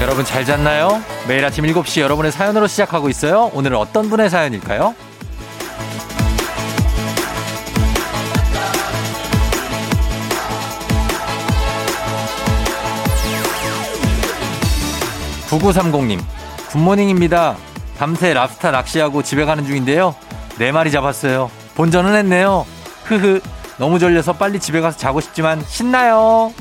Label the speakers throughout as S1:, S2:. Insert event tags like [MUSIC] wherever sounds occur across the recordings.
S1: 여러분 잘 잤나요? 매일 아침 7시 여러분의 사연으로 시작하고 있어요. 오늘은 어떤 분의 사연일까요? 9930님, 굿모닝입니다. 밤새 랍스타 낚시하고 집에 가는 중인데요. 네 마리 잡았어요. 본전은 했네요. 흐흐. 너무 졸려서 빨리 집에 가서 자고 싶지만 신나요.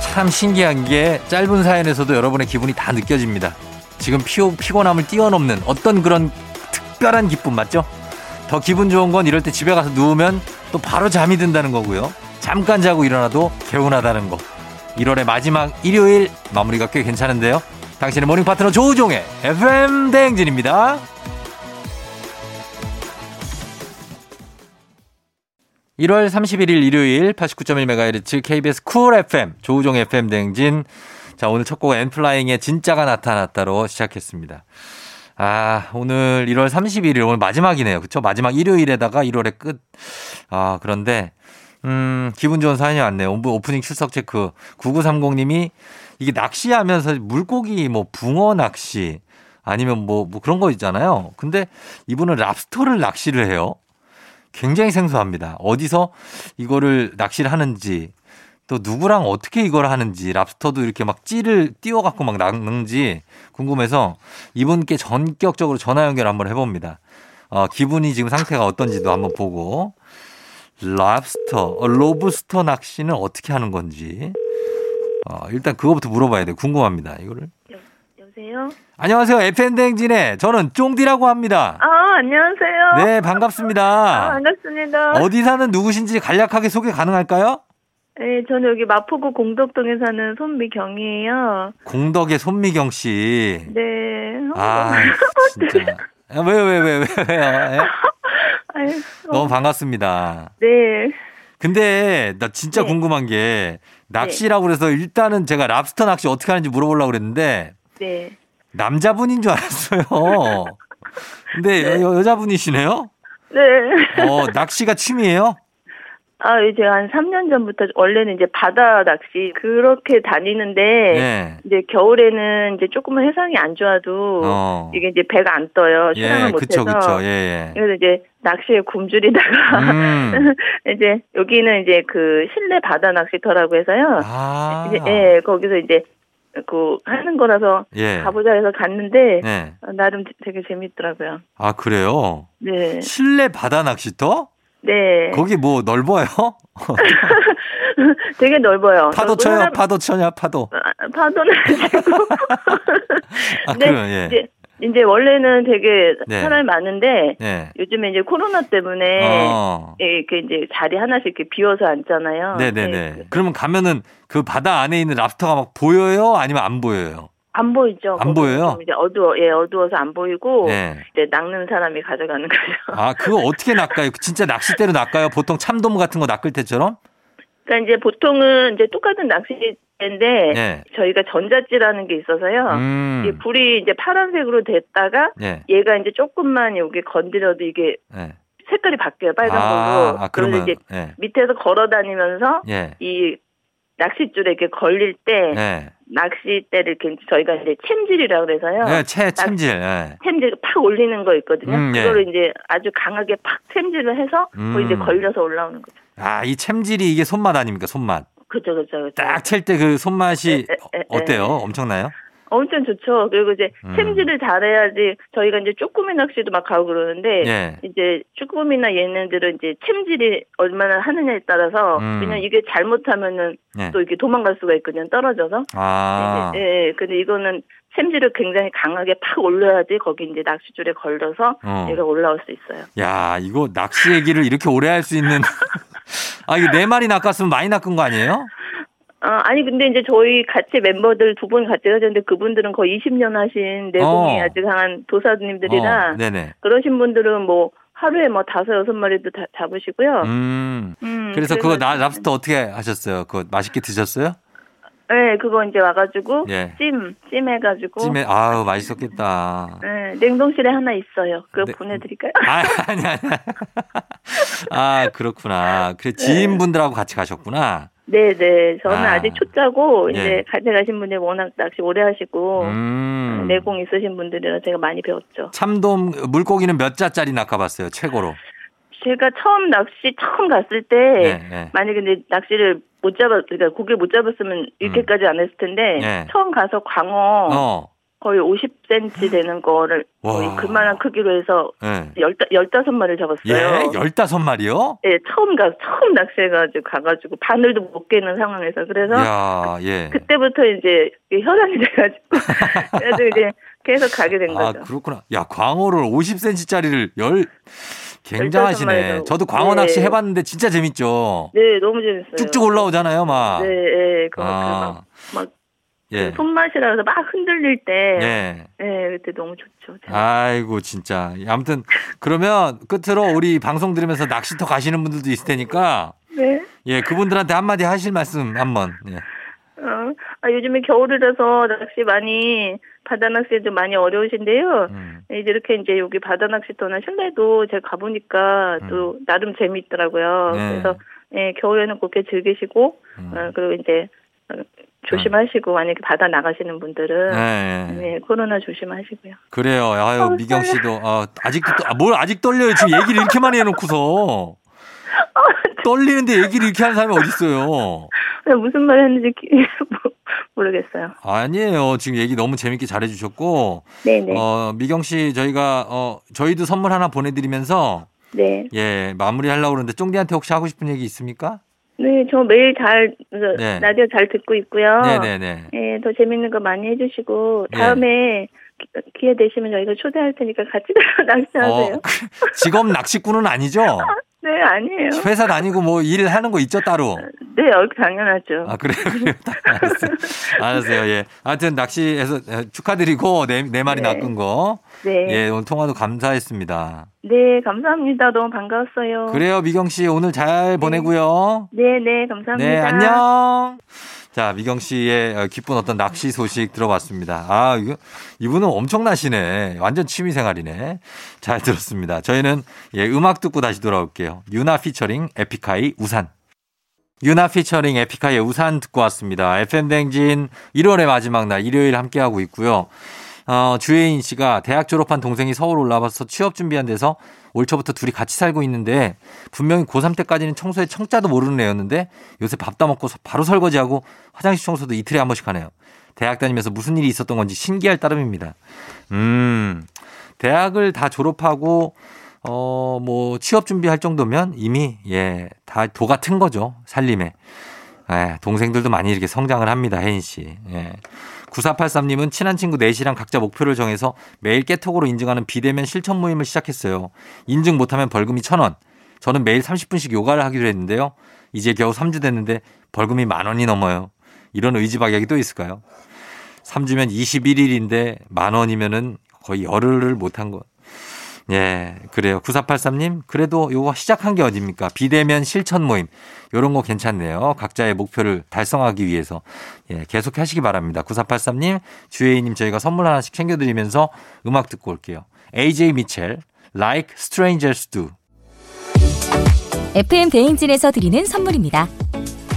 S1: 참 신기한 게 짧은 사연에서도 여러분의 기분이 다 느껴집니다. 지금 피오, 피곤함을 뛰어넘는 어떤 그런 특별한 기쁨 맞죠? 더 기분 좋은 건 이럴 때 집에 가서 누우면 또 바로 잠이 든다는 거고요. 잠깐 자고 일어나도 개운하다는 거. 1월의 마지막 일요일 마무리가 꽤 괜찮은데요. 당신의 모닝 파트너 조우종의 FM 대행진입니다. 1월 31일 일요일 89.1MHz KBS 쿨 FM 조우종 FM 대행진. 자, 오늘 첫 곡은 엔플라잉의 진짜가 나타났다로 시작했습니다. 아, 오늘 1월 31일, 오늘 마지막이네요. 그쵸? 마지막 일요일에다가 1월의 끝. 아, 그런데, 음, 기분 좋은 사연이 왔네요. 오프- 오프닝 출석 체크. 9930님이 이게 낚시하면서 물고기, 뭐, 붕어 낚시, 아니면 뭐, 뭐 그런 거 있잖아요. 근데 이분은 랍스터를 낚시를 해요. 굉장히 생소합니다. 어디서 이거를 낚시를 하는지, 또 누구랑 어떻게 이걸 하는지, 랍스터도 이렇게 막 찌를 띄워갖고 막 낚는지 궁금해서 이분께 전격적으로 전화 연결 한번 해봅니다. 어, 기분이 지금 상태가 어떤지도 한번 보고, 랍스터, 어, 로브스터 낚시는 어떻게 하는 건지, 어, 일단 그거부터 물어봐야 돼요. 궁금합니다. 이거를.
S2: 여, 여보세요?
S1: 안녕하세요. FN대행진의 저는 쫑디라고 합니다.
S2: 아, 안녕하세요.
S1: 네,
S2: 아,
S1: 반갑습니다.
S2: 반갑습니다.
S1: 어디 사는 누구신지 간략하게 소개 가능할까요?
S2: 네, 저는 여기 마포구 공덕동에 사는 손미경이에요.
S1: 공덕의 손미경 씨.
S2: 네.
S1: 아, 진짜. 아, 왜, 왜, 왜, 왜, 왜.
S2: 아유,
S1: 예? 너무 반갑습니다.
S2: 네.
S1: 근데 나 진짜
S2: 네.
S1: 궁금한 게 낚시라고 그래서 일단은 제가 랍스터 낚시 어떻게 하는지 물어보려고 그랬는데
S2: 네.
S1: 남자분인 줄 알았어요. 근데 여, 자분이시네요
S2: 네.
S1: 어, 낚시가 취미예요?
S2: 아, 이제 한 3년 전부터 원래는 이제 바다 낚시 그렇게 다니는데
S1: 네.
S2: 이제 겨울에는 이제 조금은 해상이 안 좋아도
S1: 어.
S2: 이게 이제 배가 안 떠요. 수영을
S1: 예,
S2: 못
S1: 그쵸,
S2: 해서.
S1: 그쵸. 예, 예.
S2: [LAUGHS] 그래서 이제 낚시에 굶주리다가
S1: 음.
S2: [LAUGHS] 이제 여기는 이제 그 실내 바다 낚시터라고 해서요.
S1: 아.
S2: 이제 예 거기서 이제 그 하는 거라서
S1: 예.
S2: 가보자 해서 갔는데
S1: 네.
S2: 어, 나름 되- 되게 재밌더라고요.
S1: 아, 그래요?
S2: 네,
S1: 실내 바다 낚시터?
S2: 네,
S1: 거기 뭐 넓어요?
S2: 되게 넓어요.
S1: 파도
S2: 넓은
S1: 쳐요?
S2: 하나-
S1: 파도 쳐냐? 파도.
S2: 아, 파도는 아니고
S1: 아,
S2: 네,
S1: 그래요. 예.
S2: 이제 이제 원래는 되게
S1: 네.
S2: 사람이 많은데
S1: 예.
S2: 요즘에 이제 코로나 때문에
S1: 어.
S2: 예, 이렇게 이제 자리 하나씩 이렇게 비워서 앉잖아요.
S1: 네네네.
S2: 네,
S1: 그러면 가면은 그 바다 안에 있는 랍스터가 막 보여요? 아니면 안 보여요?
S2: 안 보이죠.
S1: 안
S2: 거기는
S1: 보여요?
S2: 좀 이제 어두워, 예, 어두워서 안 보이고
S1: 네.
S2: 이제 낚는 사람이 가져가는 거죠. [LAUGHS]
S1: 아, 그거 어떻게 낚아요? 진짜 낚싯대로 낚아요? 보통 참돔 같은 거 낚을 때처럼?
S2: 그러니까 이제 보통은 이제 똑같은 낚싯대인데
S1: 예.
S2: 저희가 전자찌라는 게 있어서요. 네. 아, 이
S1: 음.
S2: 불이 이제 파란색으로 됐다가
S1: 예.
S2: 얘가 이제 조금만 여기 건드려도 이게
S1: 예.
S2: 색깔이 바뀌어요. 빨간
S1: 아,
S2: 거로.
S1: 아,
S2: 그래서
S1: 그러면
S2: 이제
S1: 예.
S2: 밑에서 걸어 다니면서
S1: 예.
S2: 이 낚싯줄에 이렇게 걸릴 때
S1: 예.
S2: 낚싯대를 이렇게 저희가 이제 챔질이라고 그래서요.
S1: 예, 채 챔질. 예.
S2: 챔질 팍 올리는 거 있거든요.
S1: 음, 예.
S2: 그거를 이제 아주 강하게 팍 챔질을 해서 뭐 이제
S1: 음.
S2: 걸려서 올라오는 거죠.
S1: 아, 이 챔질이 이게 손맛 아닙니까? 손맛.
S2: 그죠, 그죠, 그죠.
S1: 딱 챌 때 그 손맛이
S2: 에, 에, 에,
S1: 어- 어때요?
S2: 에.
S1: 엄청나요?
S2: 엄청 좋죠. 그리고 이제
S1: 음.
S2: 챔질을 잘해야지 저희가 이제 쭈꾸미 낚시도 막 가고 그러는데
S1: 예.
S2: 이제 쭈꾸미나 얘네들은 이제 챔질이 얼마나 하느냐에 따라서
S1: 음.
S2: 그냥 이게 잘못하면은
S1: 예.
S2: 또 이렇게 도망갈 수가 있거든요. 떨어져서.
S1: 아.
S2: 예, 예, 예. 근데 이거는 챔질을 굉장히 강하게 팍 올려야지 거기 이제 낚싯줄에 걸려서
S1: 어.
S2: 얘가 올라올 수 있어요.
S1: 야, 이거 낚시 얘기를 이렇게 오래 할 수 있는. [LAUGHS] 아, 이거 네 마리 낚았으면 많이 낚은 거 아니에요?
S2: 아, 아니 근데 이제 저희 같이 멤버들 두 분 같이 하셨는데 그분들은 거의 20년 하신 내공이
S1: 어.
S2: 아주 강한 도사님들이라
S1: 어, 네네.
S2: 그러신 분들은 뭐 하루에 뭐 다섯 여섯 마리도 다 잡으시고요.
S1: 음.
S2: 음,
S1: 그래서 그거 나,
S2: 그래서-
S1: 랍스터 어떻게 하셨어요? 그거 맛있게 드셨어요?
S2: 예, 네, 그거 이제 와가지고
S1: 예.
S2: 찜, 찜 해가지고.
S1: 찜에 아우 맛있었겠다.
S2: 네, 냉동실에 하나 있어요. 그거
S1: 네.
S2: 보내드릴까요?
S1: 아, 아니 아니. 아, 그렇구나. 그래 지인분들하고 같이 가셨구나.
S2: 네, 네. 저는
S1: 아.
S2: 아. 직 초짜고
S1: 예.
S2: 이제 같이 가신 분들이 워낙 낚시 오래 어. 하시고 네,
S1: 음.
S2: 내공 있으신 분들이라 제가 많이 배웠죠.
S1: 참돔 물고기는 몇 자짜리 낚아봤어요 최고로.
S2: 제가 처음 낚시 처음 갔을 때
S1: 네.
S2: 만약에 이제 낚시를 못 잡았, 그러니까 고기를 못 잡았으면 이렇게까지 안 했을 텐데
S1: 예.
S2: 처음 가서 광어
S1: 어.
S2: 거의 50cm 되는 거를
S1: 와.
S2: 거의 그만한 크기로 해서
S1: 예.
S2: 열다, 15마리를
S1: 예,
S2: 잡았어요.
S1: 열다섯 마리요?
S2: 예, 처음 가, 처음 낚시해가지고 가가지고 바늘도 못 깨는 상황에서 그래서
S1: 야, 예.
S2: 그때부터 이제 혈안이
S1: [LAUGHS]
S2: 돼가지고 그래서 이제 계속 가게 된
S1: 아,
S2: 거죠.
S1: 그렇구나. 야, 광어를 50cm짜리를 열 굉장하시네.
S2: 15마리로.
S1: 저도 광어
S2: 네.
S1: 낚시 해 봤는데 진짜 재밌죠.
S2: 네, 너무 재밌어요.
S1: 그 쭉쭉 올라오잖아요, 막.
S2: 네, 예, 그,
S1: 아.
S2: 그 막, 막
S1: 예.
S2: 손맛이라서 막 흔들릴 때, 예,
S1: 예.
S2: 그때 너무 좋죠.
S1: 아이고 진짜. 아무튼 그러면 끝으로 우리 방송 들으면서 낚시터 가시는 분들도 있을 테니까
S2: 네,
S1: 예, 그분들한테 한마디 하실 말씀 한번. 예.
S2: 어, 아, 요즘에 겨울이라서 낚시 많이 바다 낚시 좀 많이 어려우신데요.
S1: 음.
S2: 네, 이제 이렇게 이제 여기 바다 낚시터나 실내도 제가 가보니까 또 나름 재미있더라고요.
S1: 음. 네.
S2: 그래서 예, 겨울에는 그렇게 즐기시고
S1: 음.
S2: 어, 그리고 이제 어, 조심하시고 만약에 바다 나가시는 분들은
S1: 예, 예.
S2: 네, 코로나 조심하시고요.
S1: 그래요. 아유,
S2: 어,
S1: 미경 씨도 아, 아직도 떠- 아, 뭘 아직 떨려요. 지금 얘기를 이렇게 많이 해 놓고서. 떨리는데 얘기를 이렇게 하는 사람이 어디 있어요?
S2: 그냥 아, 무슨 말 했는지 기- [LAUGHS] 모- 모르겠어요.
S1: 아니에요. 지금 얘기 너무 재밌게 잘해 주셨고
S2: 네네.
S1: 어, 미경 씨 저희가 어, 저희도 선물 하나 보내 드리면서
S2: 네.
S1: 예, 마무리 하려고 그러는데 쫑디한테 혹시 하고 싶은 얘기 있습니까?
S2: 네, 저 매일 잘, 그,
S1: 네.
S2: 라디오 잘 듣고 있고요.
S1: 네네네.
S2: 예, 더 재밌는 거 많이 해주시고,
S1: 네.
S2: 다음에 기- 기회 되시면 저희가 초대할 테니까 같이 [LAUGHS] 낚시하세요.
S1: 어, 그, [LAUGHS] 직업 낚시꾼은 아니죠?
S2: 네, 아니에요.
S1: 회사 다니고 뭐 일 하는 거 있죠, 따로?
S2: 네, 어, 당연하죠.
S1: 아, 그래요, [LAUGHS] 그래요. 알았어요. 알았어요, 예. 하여튼 낚시해서 축하드리고, 네, 네 마리
S2: 네.
S1: 낚은 거.
S2: 네.
S1: 예, 오늘 통화도 감사했습니다.
S2: 네, 감사합니다. 너무 반가웠어요.
S1: 그래요, 미경 씨. 오늘 잘 보내고요.
S2: 네, 네, 감사합니다.
S1: 네, 안녕. 자, 미경 씨의 어, 기쁜 어떤 낚시 소식 들어봤습니다. 아, 이거, 이분은 엄청나시네. 완전 취미 생활이네. 잘 들었습니다. 저희는 예, 음악 듣고 다시 돌아올게요. 유나 피처링 에픽하이 우산. 유나 피처링 에픽하이의 우산 듣고 왔습니다. FM 댕진 1월의 마지막 날 일요일 함께하고 있고요. 어, 주혜인 씨가 대학 졸업한 동생이 서울 올라와서 취업 준비한 데서 올 초부터 둘이 같이 살고 있는데 분명히 고3 때까지는 청소에 청자도 모르는 애였는데 요새 밥 다 먹고 바로 설거지하고 화장실 청소도 이틀에 한 번씩 하네요. 대학 다니면서 무슨 일이 있었던 건지 신기할 따름입니다. 음, 대학을 다 졸업하고 어, 뭐 취업 준비할 정도면 이미 예, 다 도 같은 거죠. 살림에. 예, 동생들도 많이 이렇게 성장을 합니다. 혜인 씨. 예. 9483님은 친한 친구 넷이랑 각자 목표를 정해서 매일 깨톡으로 인증하는 비대면 실천 모임을 시작했어요. 인증 못하면 벌금이 천원 저는 매일 30분씩 요가를 하기로 했는데요. 이제 겨우 3주 됐는데 벌금이 만 원이 넘어요. 이런 의지박약이 또 있을까요? 3주면 21일인데 만 원이면은 거의 열흘을 못한 거. 예, 그래요. 9483님, 그래도 요거 시작한 게 어딥니까? 비대면 실천 모임. 요런 거 괜찮네요. 각자의 목표를 달성하기 위해서. 예, 계속 하시기 바랍니다. 9483님, 주혜이님 저희가 선물 하나씩 챙겨드리면서 음악 듣고 올게요. AJ 미첼, Like Strangers Do.
S3: FM 대행진에서 드리는 선물입니다.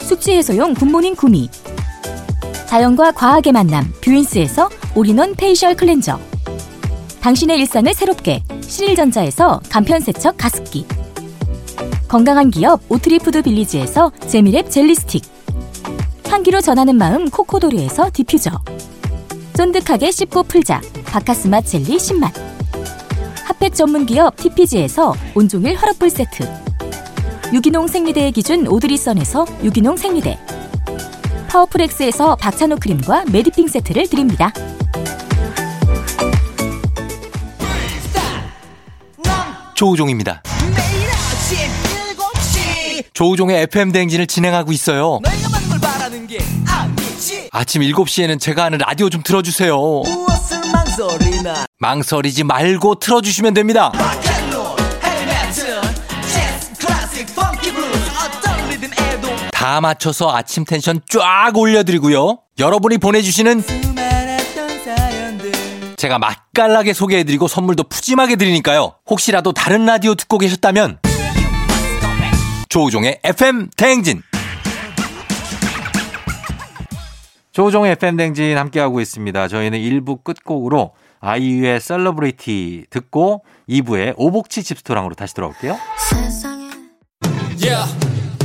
S3: 숙취 해소용 굿모닝 구미 자연과 과학의 만남 뷰인스에서 올인원 페이셜 클렌저 당신의 일상을 새롭게 신일전자에서 간편세척 가습기 건강한 기업 오트리푸드 빌리지에서 재미랩 젤리스틱 향기로 전하는 마음 코코도리에서 디퓨저 쫀득하게 씹고 풀자 바카스맛 젤리 신맛 핫팩 전문 기업 TPG에서 온종일 화롯불 세트 유기농 생리대의 기준 오드리선에서 유기농 생리대 파워풀엑스에서 박찬호 크림과 메디핑 세트를 드립니다.
S1: 조우종입니다.
S4: 매일 아침 7시
S1: 조우종의 FM 대행진을 진행하고 있어요.
S4: 너희가 받는 걸 바라는 게 아니지
S1: 아침 7시에는 제가 하는 라디오 좀 틀어주세요.
S4: 무엇을 망설이나
S1: 망설이지 말고 틀어주시면 됩니다.
S4: 마켓론 헬멧은 재즈 클래식 펑키 블루스 어떤 리듬에도
S1: 다 맞춰서 아침 텐션 쫙 올려드리고요. 여러분이 보내주시는
S4: 수많았던 사연들
S1: 제가 맛깔나게 소개해드리고 선물도 푸짐하게 드리니까요. 혹시라도 다른 라디오 듣고 계셨다면 조우종의 FM 대행진 조우종의 FM 대행진 함께하고 있습니다. 저희는 1부 끝곡으로 아이유의 셀러브리티 듣고 2부에 오복치 집스토랑으로 다시 돌아올게요.
S5: Yeah.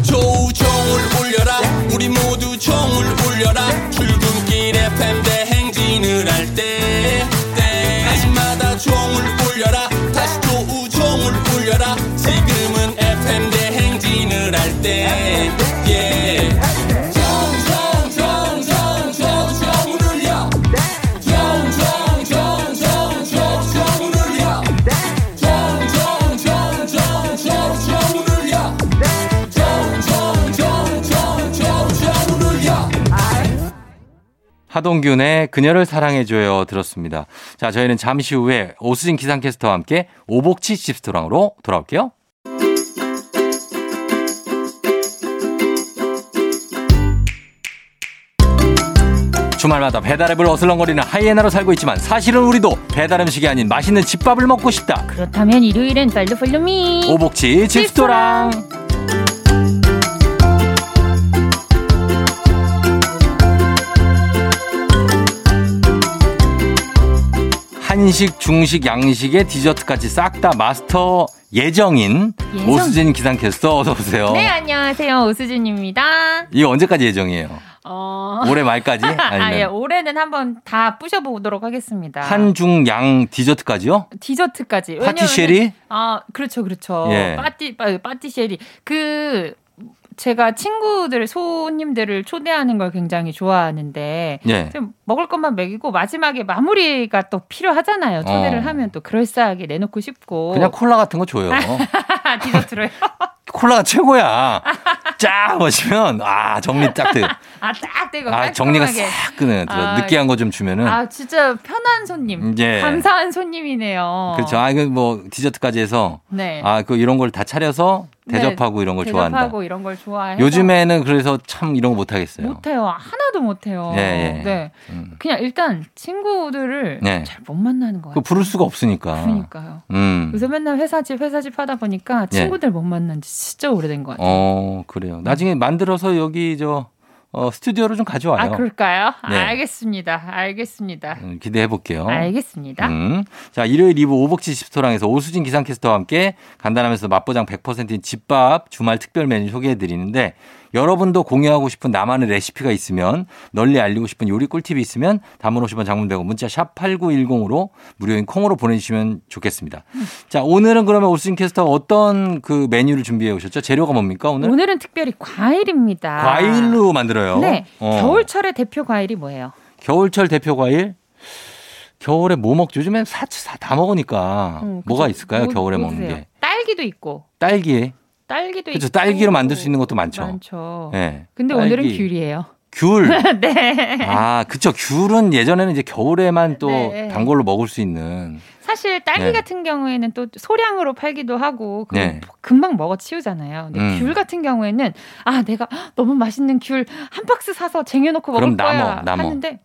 S5: 조우종을 울려라 우리 모두 종을 울려라 출근길 FM 대행진을 할때 때마다 종을 울려라 다시 조우종을 울려라 지금은 FM 대행진을 할때 yeah. 종종종종종종종을 울려 종종종종종종종을 울려 종종종종종종종을 울려
S1: 하동균의 그녀를 사랑해줘요 들었습니다. 자, 저희는 잠시 후에 오수진 기상캐스터와 함께 오복치 집스토랑으로 돌아올게요. 주말마다 배달앱을 어슬렁거리는 하이에나로 살고 있지만 사실은 우리도 배달 음식이 아닌 맛있는 집밥을 먹고 싶다.
S6: 그렇다면 일요일엔 빨리 폴로미
S1: 오복치 집스토랑. 한식, 중식, 양식에 디저트까지 싹 다 마스터 예정인
S6: 예정.
S1: 오수진 기상캐스터 어서 오세요.
S6: 네 안녕하세요 오수진입니다
S1: 이거 언제까지 예정이에요?
S6: 어...
S1: 올해 말까지? 아니면
S6: [LAUGHS] 아, 예, 올해는 한번 다 부셔보도록 하겠습니다
S1: 한중 양 디저트까지요?
S6: 디저트까지 왜냐면은-
S1: 파티쉐리?
S6: 아 그렇죠 그렇죠
S1: 예.
S6: 파티 아, 파티쉐리 그 제가 친구들 손님들을 초대하는 걸 굉장히 좋아하는데
S1: 예.
S6: 좀 먹을 것만 먹이고 마지막에 마무리가 또 필요하잖아요 초대를
S1: 어.
S6: 하면 또 그럴싸하게 내놓고 싶고
S1: 그냥 콜라 같은 거 줘요.
S6: [LAUGHS] 디저트로요
S1: 콜라가 최고야. 쫙 마시면 아 정리 딱 돼.
S6: 아딱 떼고
S1: 아 정리가
S6: 깔끔하게.
S1: 싹 끄는
S6: 아,
S1: 느끼한 거 좀 주면은
S6: 아 진짜 편한 손님.
S1: 예.
S6: 감사한 손님이네요.
S1: 그렇죠. 아 이거 뭐 디저트까지 해서
S6: 어. 네.
S1: 아 그 이런 걸 다 차려서
S6: 네,
S1: 대접하고 이런 걸 좋아한다.
S6: 대접하고 이런 걸 좋아해요.
S1: 요즘에는 그래서 참 이런 거 못 하겠어요.
S6: 못해요. 하나도 못해요.
S1: 예, 예.
S6: 네.
S1: 음.
S6: 그냥 일단 친구들을
S1: 네.
S6: 잘 못 만나는 것
S1: 그
S6: 같아요.
S1: 부를 수가 없으니까.
S6: 그러니까요.
S1: 음.
S6: 요새 맨날 회사집 회사집 하다 보니까
S1: 예.
S6: 친구들 못 만난 지 진짜 오래된 것 같아요.
S1: 어 그래요. 나중에 만들어서 여기 저 어, 스튜디오로 좀 가져와요.
S6: 아 그럴까요?
S1: 네.
S6: 알겠습니다. 알겠습니다.
S1: 기대해 볼게요.
S6: 알겠습니다.
S1: 음. 자, 일요일 2부 오복지 집스토랑에서 오수진 기상캐스터와 함께 간단하면서 맛보장 100%인 집밥 주말 특별 메뉴 소개해 드리는데 여러분도 공유하고 싶은 나만의 레시피가 있으면 널리 알리고 싶은 요리 꿀팁이 있으면 단문 50원 장문 100원 문자 샵 8910으로 무료인 콩으로 보내주시면 좋겠습니다. 자, 오늘은 그러면 오수진 캐스터 어떤 그 메뉴를 준비해 오셨죠? 재료가 뭡니까 오늘?
S6: 오늘은 특별히 과일입니다.
S1: 과일로 만들어요.
S6: 네.
S1: 어.
S6: 겨울철의 대표 과일이 뭐예요?
S1: 겨울철 대표 과일? 겨울에 뭐 먹죠? 요즘엔 사다 먹으니까
S6: 음, 그죠?
S1: 뭐가 있을까요?
S6: 뭐-
S1: 겨울에
S6: 뭐
S1: 먹는
S6: 드세요?
S1: 게
S6: 딸기도 있고
S1: 딸기.
S6: 딸기도
S1: 그렇죠.
S6: 있고
S1: 딸기로 만들 수 있는 것도 많죠.
S6: 많죠.
S1: 예.
S6: 근데
S1: 딸기.
S6: 오늘은 귤이에요.
S1: 귤.
S6: [LAUGHS] 네.
S1: 아, 그쵸. 귤은 예전에는 이제 겨울에만 또
S6: 네.
S1: 단골로 먹을 수 있는.
S6: 사실 딸기
S1: 네.
S6: 같은 경우에는 또 소량으로 팔기도 하고 그거
S1: 네.
S6: 금방 먹어 치우잖아요. 근데
S1: 음.
S6: 귤 같은 경우에는 아 내가 헉, 너무 맛있는 귤 한 박스 사서 쟁여놓고 먹을
S1: 그럼 남어,
S6: 거야
S1: 남어.
S6: 하는데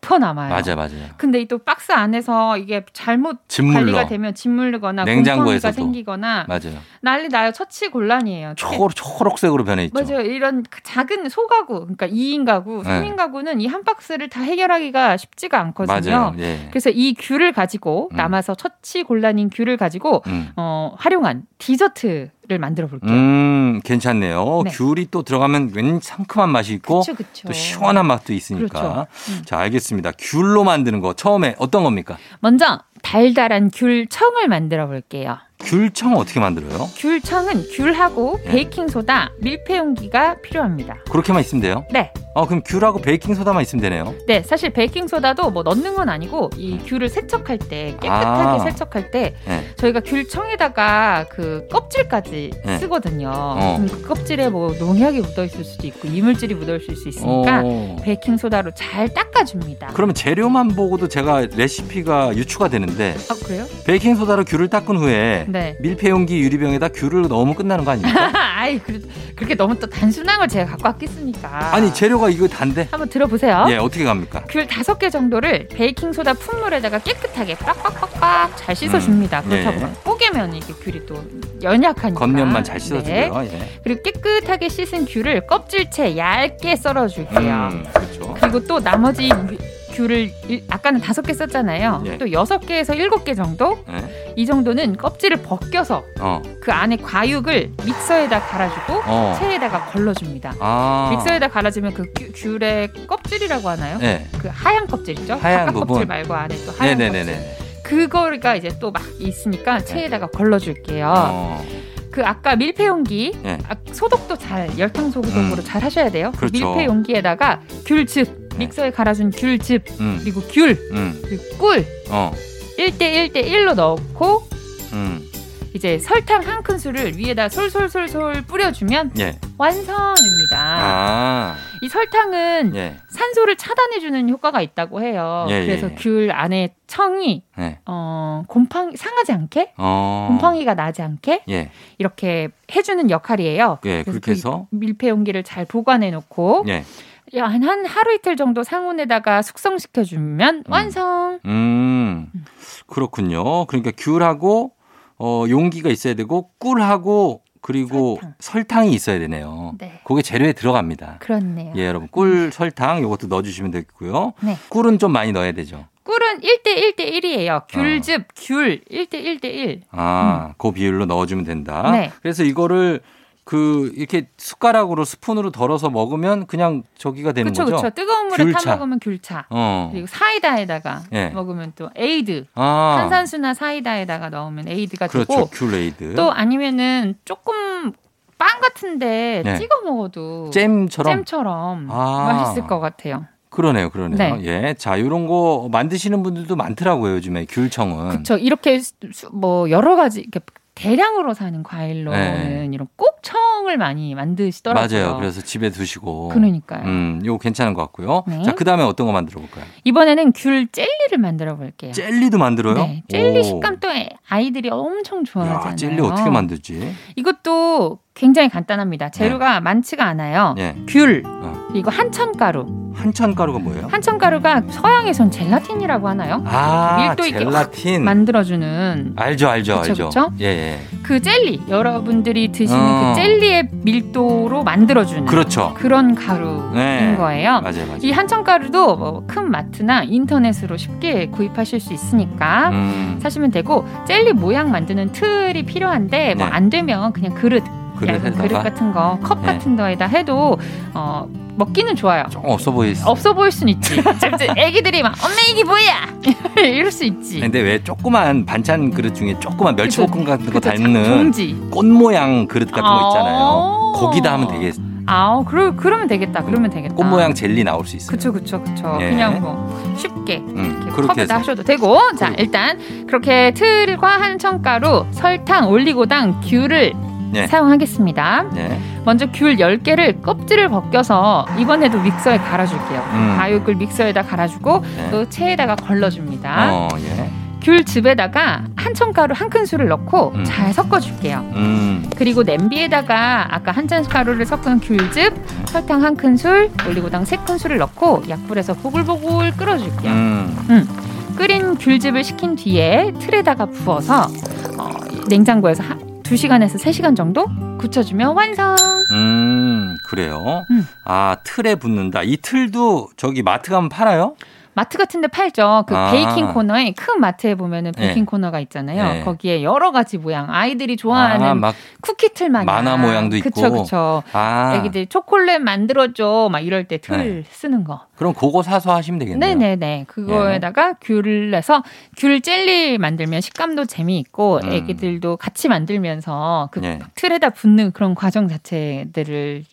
S6: 100% 남아요.
S1: 맞아, 맞아요.
S6: 근데 이 또 박스 안에서 이게 잘못
S1: 진물러.
S6: 관리가 되면 짓물거나
S1: 냉장고에서도.
S6: 곰팡이가 생기거나
S1: 맞아요.
S6: 난리 나요. 처치 곤란이에요. 특히
S1: 초록, 초록색으로 변해 있죠.
S6: 맞아요. 이런 그 작은 소가구, 그러니까 2인 가구,
S1: 네.
S6: 3인 가구는 이 한 박스를 다 해결하기가 쉽지가 않거든요.
S1: 맞아요. 예.
S6: 그래서 이 귤을 가지고
S1: 음.
S6: 남아서 처치 곤란인 귤을 가지고
S1: 음.
S6: 어, 활용한 디저트를 만들어 볼게요.
S1: 음, 괜찮네요.
S6: 네.
S1: 귤이 또 들어가면 왠 상큼한 맛이 있고
S6: 그쵸,
S1: 어?
S6: 그쵸.
S1: 또 시원한 맛도 있으니까.
S6: 어. 그렇죠. 음.
S1: 자, 알겠습니다. 귤로 만드는 거 처음에 어떤 겁니까?
S6: 먼저 달달한 귤청을 만들어 볼게요.
S1: 귤청 어떻게 만들어요?
S6: 귤청은 귤하고
S1: 네.
S6: 베이킹 소다, 밀폐 용기가 필요합니다.
S1: 그렇게만 있으면 돼요?
S6: 네,
S1: 어, 그럼 귤하고 베이킹 소다만 있으면 되네요.
S6: 네 사실 베이킹 소다도 뭐 넣는 건 아니고 이 귤을 세척할 때 깨끗하게
S1: 음. 아.
S6: 세척할 때
S1: 네.
S6: 저희가 귤청에다가 그 껍질까지
S1: 네.
S6: 쓰거든요.
S1: 어.
S6: 그럼 그 껍질에 뭐 농약이 묻어 있을 수도 있고 이물질이 묻어 있을 수 있으니까
S1: 어.
S6: 베이킹 소다로 잘 닦아줍니다.
S1: 그러면 재료만 보고도 제가 레시피가 유추가 되는데
S6: 아 그래요?
S1: 베이킹 소다로 귤을 닦은 후에
S6: 네. [LAUGHS]
S1: 밀폐용기 유리병에다 귤을 넣으면 끝나는 거 아닙니까?
S6: 아이 그래, 그렇게 너무 또 단순한 걸 제가 갖고 왔겠습니까?
S1: 아니 재료가 이거 단데?
S6: 한번 들어보세요.
S1: 예 어떻게 갑니까?
S6: 귤 다섯 개 정도를 베이킹 소다 품물에다가 깨끗하게 빡빡빡빡 잘 씻어줍니다.
S1: 음,
S6: 그렇다
S1: 예.
S6: 보면 뽀개면 이게 귤이 또 연약하니까.
S1: 겉면만 잘
S6: 네.
S1: 씻어주고요. 예.
S6: 그리고 깨끗하게 씻은 귤을 껍질채 얇게 썰어줄게요.
S1: 음, 그렇죠.
S6: 그리고 또 나머지 위- 귤을 일- 아까는 다섯 개 썼잖아요.
S1: 예.
S6: 또 여섯 개에서 일곱 개 정도
S1: 예.
S6: 이 정도는 껍질을 벗겨서
S1: 어,
S6: 그 안에 과육을 믹서에다 갈아주고
S1: 어.
S6: 체에다가 걸러줍니다.
S1: 아.
S6: 믹서에다 갈아주면 그 규- 귤의 껍질이라고 하나요?
S1: 예.
S6: 그 하얀 껍질 있죠?
S1: 하얀
S6: 바깥
S1: 부분.
S6: 껍질 말고 안에 또 하얀 껍질.
S1: 네네네네. 네.
S6: 그거가 이제 또 막 있으니까 체에다가 걸러줄게요.
S1: 어.
S6: 그 아까 밀폐 용기
S1: 예.
S6: 아, 소독도 잘 열탕 소독으로 잘 하셔야 돼요. 그
S1: 음. 그렇죠.
S6: 밀폐 용기에다가 귤즙
S1: 네.
S6: 믹서에 갈아준 귤즙
S1: 음.
S6: 그리고 귤
S1: 음.
S6: 그리고 꿀
S1: 어.
S6: 1대 1대 1로 넣고
S1: 음.
S6: 이제 설탕 한 큰술을 위에다 솔솔솔솔 뿌려주면
S1: 예.
S6: 완성입니다.
S1: 아.
S6: 이 설탕은
S1: 예.
S6: 산소를 차단해주는 효과가 있다고 해요.
S1: 예, 예,
S6: 그래서
S1: 예.
S6: 귤 안에 청이
S1: 예.
S6: 어, 곰팡이 상하지 않게
S1: 어.
S6: 곰팡이가 나지 않게
S1: 예.
S6: 이렇게 해주는 역할이에요.
S1: 예.
S6: 그래서
S1: 그렇게 해서.
S6: 그 밀폐 용기를 잘 보관해 놓고
S1: 예.
S6: 한, 한 하루 이틀 정도 상온에다가 숙성시켜 주면 완성.
S1: 음. 그렇군요. 그러니까 귤하고 어, 용기가 있어야 되고 꿀하고 그리고 설탕. 이 있어야 되네요.
S6: 네.
S1: 그게 재료에 들어갑니다.
S6: 그렇네요.
S1: 예, 여러분. 꿀, 설탕 요것도 넣어 주시면 되겠고요.
S6: 네.
S1: 꿀은 좀 많이 넣어야 되죠.
S6: 꿀은 1대 1대 1이에요. 귤즙,
S1: 어.
S6: 귤 1대 1대 1.
S1: 아, 그 비율로 넣어주면 된다.
S6: 음. 네.
S1: 그래서 이거를 그 이렇게 숟가락으로 스푼으로 덜어서 먹으면 그냥 저기가 되는
S6: 그렇죠.
S1: 거죠.
S6: 그렇죠. 뜨거운 물에
S1: 귤차.
S6: 타 먹으면 귤차.
S1: 어.
S6: 그리고 사이다에다가
S1: 예.
S6: 먹으면 또 에이드.
S1: 아,
S6: 탄산수나 사이다에다가 넣으면 에이드가
S1: 그렇죠.
S6: 되고
S1: 큐레이드.
S6: 또 아니면은 조금 빵 같은데
S1: 네.
S6: 찍어 먹어도
S1: 잼처럼.
S6: 음. 잼처럼
S1: 아.
S6: 맛있을 것 같아요.
S1: 그러네요, 그러네요.
S6: 네.
S1: 예, 자 이런 거 만드시는 분들도 많더라고요 요즘에 귤청은.
S6: 그렇죠. 이렇게 수- 뭐 여러 가지 이렇게 대량으로 사는 과일로는
S1: 네.
S6: 이런 꼭청을 많이 만드시더라고요.
S1: 맞아요. 그래서 집에 두시고.
S6: 그러니까요.
S1: 음, 요거 괜찮은 것 같고요.
S6: 네.
S1: 자, 그 다음에 어떤 거 만들어 볼까요?
S6: 이번에는 귤 젤리를 만들어 볼게요.
S1: 젤리도 만들어요?
S6: 네, 젤리
S1: 오.
S6: 식감 또 애- 아이들이 엄청 좋아하잖아요.
S1: 야, 젤리 어떻게 만들지?
S6: 이것도 굉장히 간단합니다. 재료가 많지가 않아요.
S1: 예.
S6: 귤
S1: 네. 어.
S6: 그리고 한천가루.
S1: 한천 가루가 뭐예요?
S6: 한천가루가 서양에선 젤라틴이라고 하나요?
S1: 아,
S6: 밀도 있게
S1: 젤라틴.
S6: 만들어주는
S1: 알죠, 알죠,
S6: 그쵸,
S1: 알죠.
S6: 그쵸?
S1: 예, 예.
S6: 그 젤리 여러분들이 드시는
S1: 어.
S6: 그 젤리의 밀도로 만들어주는
S1: 그렇죠.
S6: 그런 가루인
S1: 네.
S6: 거예요.
S1: 맞아요, 맞아요.
S6: 아, 이 한천가루도 뭐 큰 마트나 인터넷으로 쉽게 구입하실 수 있으니까
S1: 음,
S6: 사시면 되고 젤리 모양 만드는 틀이 필요한데
S1: 네.
S6: 뭐 안 되면 그냥 그릇, 얇은
S1: 그릇에다가
S6: 그릇 같은 거 컵
S1: 네.
S6: 같은 거에다 해도 어, 먹기는 좋아요.
S1: 조금 없어 보이시.
S6: 없어 보일 순
S1: [LAUGHS]
S6: 있지. 진짜 애기들이 막 엄마 이게 뭐야 [LAUGHS] 이럴 수 있지.
S1: 근데 왜 조그만 반찬 그릇 중에 조그만 멸치볶음 같은 거
S6: 그쵸, 자-
S1: 닮는
S6: 봉지.
S1: 꽃 모양 그릇 같은 거 있잖아요.
S6: 아.
S1: 거기다 하면 되게
S6: 아, 그러 그러면 되겠다. 그러면 되겠다.
S1: 꽃 모양 젤리 나올 수 있어요.
S6: 그쵸 그쵸 그쵸.
S1: 예.
S6: 그냥 뭐 쉽게
S1: 음,
S6: 이렇게
S1: 그렇게
S6: 컵에다
S1: 해서
S6: 하셔도 되고 자
S1: 그리고.
S6: 일단 그렇게 틀과 한청가루 설탕 올리고당 귤을
S1: 예.
S6: 사용하겠습니다.
S1: 예.
S6: 먼저 귤 10개를 껍질을 벗겨서 이번에도 믹서에 갈아줄게요.
S1: 음.
S6: 아육을 믹서에다 갈아주고
S1: 네.
S6: 또 체에다가 걸러줍니다.
S1: 어, 예.
S6: 귤즙에다가 한첨가루 한 큰술을 넣고
S1: 음.
S6: 잘 섞어줄게요.
S1: 음.
S6: 그리고 냄비에다가 아까 한잔가루를 섞은 귤즙, 설탕 한 큰술, 올리고당 세 큰술을 넣고 약불에서 보글보글 끓여줄게요.
S1: 음.
S6: 끓인 귤즙을 식힌 뒤에 틀에다가 부어서 어, 냉장고에서 한, 2시간에서 3시간 정도 굳혀주면 완성.
S1: 음. 그래요.
S6: 음.
S1: 아, 틀에 붙는다. 이 틀도 저기 마트 가면 팔아요?
S6: 마트 같은데 팔죠. 그
S1: 아.
S6: 베이킹 코너에 큰 마트에 보면은 베이킹
S1: 네.
S6: 코너가 있잖아요.
S1: 네.
S6: 거기에 여러 가지 모양 아이들이 좋아하는
S1: 아, 막
S6: 쿠키 틀 마냥
S1: 만화 모양도 있고.
S6: 그쵸 그쵸.
S1: 아. 네.
S6: 애기들 초콜릿 만들어줘 막 이럴 때 틀 쓰는 거.
S1: 그럼 그거 사서 하시면 되겠네요. 예.
S6: 네네네. 그거에다가 귤을 내서 귤 젤리 만들면 식감도 재미있고
S1: 음.
S6: 애기들도 같이 만들면서 그
S1: 네.
S6: 틀에다 붙는 그런 과정 자체들을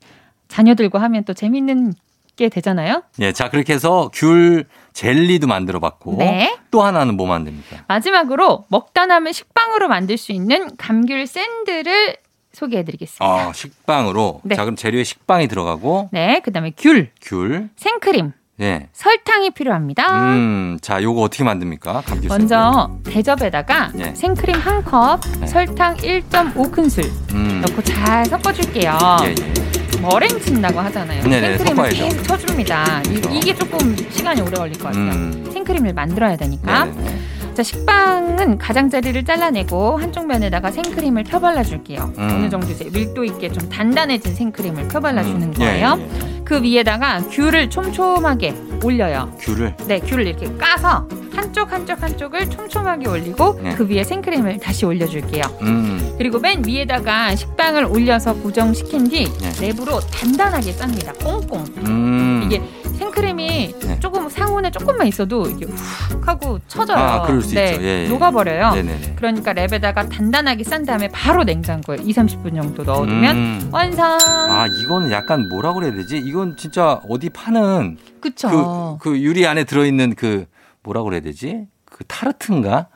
S6: 자녀들과 하면 또 재미있는 게 되잖아요.
S1: 예, 자 그렇게 해서 귤 젤리도 만들어 봤고
S6: 네.
S1: 또 하나는 뭐 만듭니까?
S6: 마지막으로 먹다 남은 식빵으로 만들 수 있는 감귤 샌드를 소개해드리겠습니다.
S1: 아, 식빵으로.
S6: 네.
S1: 자, 그럼 재료에 식빵이 들어가고
S6: 네, 그다음에 귤,
S1: 귤.
S6: 생크림,
S1: 예.
S6: 설탕이 필요합니다.
S1: 음. 자, 요거 어떻게 만듭니까? 감귤
S6: 아. 먼저 대접에다가
S1: 네.
S6: 생크림 한 컵,
S1: 네.
S6: 설탕 1.5큰술
S1: 샌드. 음.
S6: 넣고 잘 섞어줄게요.
S1: 예, 예.
S6: 머랭 친다고 하잖아요.
S1: 네네,
S6: 생크림을
S1: 섞어야죠.
S6: 계속 쳐줍니다. 이-
S1: 그렇죠.
S6: 이게 조금 시간이 오래 걸릴 것 같아요.
S1: 음.
S6: 생크림을 만들어야 되니까.
S1: 네네네.
S6: 자, 식빵은 가장자리를 잘라내고 한쪽 면에다가 생크림을 펴발라줄게요.
S1: 음.
S6: 어느 정도 이제 밀도 있게 좀 단단해진 생크림을 펴발라주는
S1: 음, 예,
S6: 거예요.
S1: 예, 예.
S6: 그 위에다가 귤을 촘촘하게 올려요.
S1: 귤을
S6: 네, 귤을 이렇게 까서 한쪽 한쪽 한쪽을 촘촘하게 올리고
S1: 네.
S6: 그 위에 생크림을 다시 올려줄게요.
S1: 음.
S6: 그리고 맨 위에다가 식빵을 올려서 고정시킨 뒤
S1: 네.
S6: 내부로 단단하게 쌉니다. 꽁꽁.
S1: 음.
S6: 이게 생크림이
S1: 네.
S6: 조금 상온에 조금만 있어도 이게 훅 하고 쳐져요.
S1: 아, 그럴 수
S6: 네,
S1: 있죠. 예, 예.
S6: 녹아버려요.
S1: 네네네.
S6: 그러니까 랩에다가 단단하게 싼 다음에 바로 냉장고에 2, 30분 정도 넣어두면
S1: 음.
S6: 완성.
S1: 아, 이거는 약간 뭐라 그래야 되지? 이건 진짜 어디 파는
S6: 그쵸.
S1: 그, 그 유리 안에 들어있는 그 뭐라 그래야 되지? 그 타르트인가?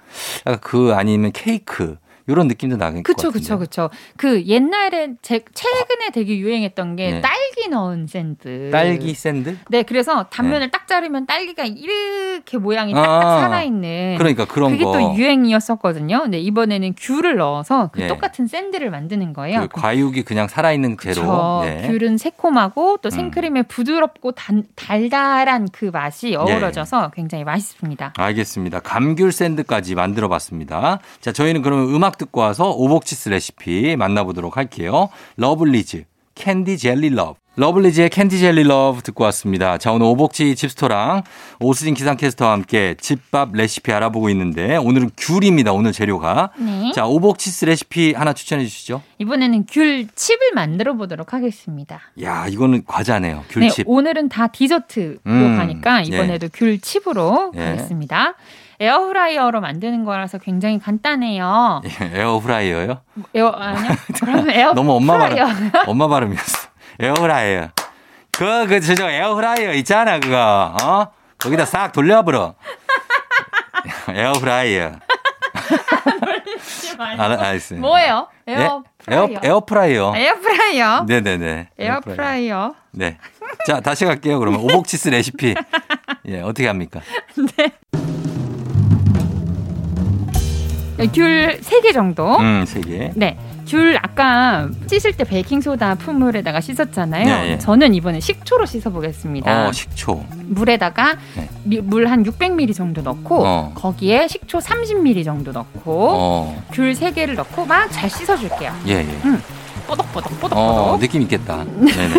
S1: 약간 그 아니면 케이크 이런 느낌도 나는 것
S6: 그쵸,
S1: 같은데.
S6: 그쵸, 그쵸. 그 옛날에 제 최근에 되게 유행했던 게
S1: 네.
S6: 딸기 넣은 샌드.
S1: 딸기 샌드?
S6: 네, 그래서 단면을 딱 자르면 딸기가 이렇게 모양이 딱딱
S1: 아,
S6: 살아있는.
S1: 그러니까 그런
S6: 네. 그게
S1: 거.
S6: 또 유행이었었거든요. 근데 이번에는 귤을 넣어서 그
S1: 예.
S6: 똑같은 샌드를 만드는 거예요.
S1: 그 과육이 그냥 살아있는
S6: 그쵸.
S1: 재료. 예.
S6: 귤은 새콤하고
S1: 음.
S6: 또 생크림의 부드럽고 단- 달달한 그
S1: 예.
S6: 맛이 어우러져서 굉장히 맛있습니다.
S1: 알겠습니다. 감귤 샌드까지 만들어봤습니다. 자, 저희는 그럼 음악 듣고 와서 오복치스 레시피 만나보도록 할게요. 러블리즈 캔디 젤리 러브. 러블리즈의 캔디 젤리 러브 듣고 왔습니다. 자, 오늘 오복치 집스토랑 오수진 기상캐스터와 함께 집밥 레시피 알아보고 있는데 오늘은 귤입니다. 오늘 재료가.
S6: 네.
S1: 자, 오복치스 레시피 하나 추천해 주시죠.
S6: 이번에는 귤 칩을 만들어 보도록 하겠습니다.
S1: 야, 이거는 과자네요.
S6: 네,
S1: 귤칩. [LAUGHS]
S6: 오늘은 다 디저트로
S1: 음,
S6: 가니까 이번에도 귤 칩으로
S1: 예.
S6: 가겠습니다. 에어프라이어로 만드는 거라서 굉장히 간단해요.
S1: 에어프라이어요? [LAUGHS]
S6: 에어 아니요? 그럼 에어
S1: 예. 너무 엄마
S6: 프라이어. [LAUGHS]
S1: 발음. 엄마 발음이었어. 에어프라이어. 그, 그, 저, 저 에어프라이어 있잖아, 그거. 어? 거기다 싹 돌려버려. [LAUGHS] 에어프라이어. 알, 알았어요.
S6: [LAUGHS] 뭐예요?
S1: 네?
S6: 에어
S1: 에어,
S6: 프라이어.
S1: 에어프라이어.
S6: 아, 에어프라이어.
S1: 네네네.
S6: 에어프라이어.
S1: 네. 자, 다시 갈게요, 그러면. 오복치스 레시피. 예, 어떻게 합니까?
S6: 네. 네, 귤 세 개 정도.
S1: 음, 세 개.
S6: 네. 귤 아까 씻을 때 베이킹 소다 품물에다가 씻었잖아요.
S1: 네, 예.
S6: 저는 이번에 식초로 씻어 보겠습니다.
S1: 어, 식초.
S6: 물에다가
S1: 네.
S6: 물 한 600ml 정도 넣고
S1: 어.
S6: 거기에 식초 30ml 정도 넣고
S1: 어,
S6: 귤 세 개를 넣고 막 잘 씻어 줄게요.
S1: 예, 예.
S6: 뽀덕뽀덕
S1: 어,
S6: 뽀덕뽀덕.
S1: 느낌 있겠다. 네네.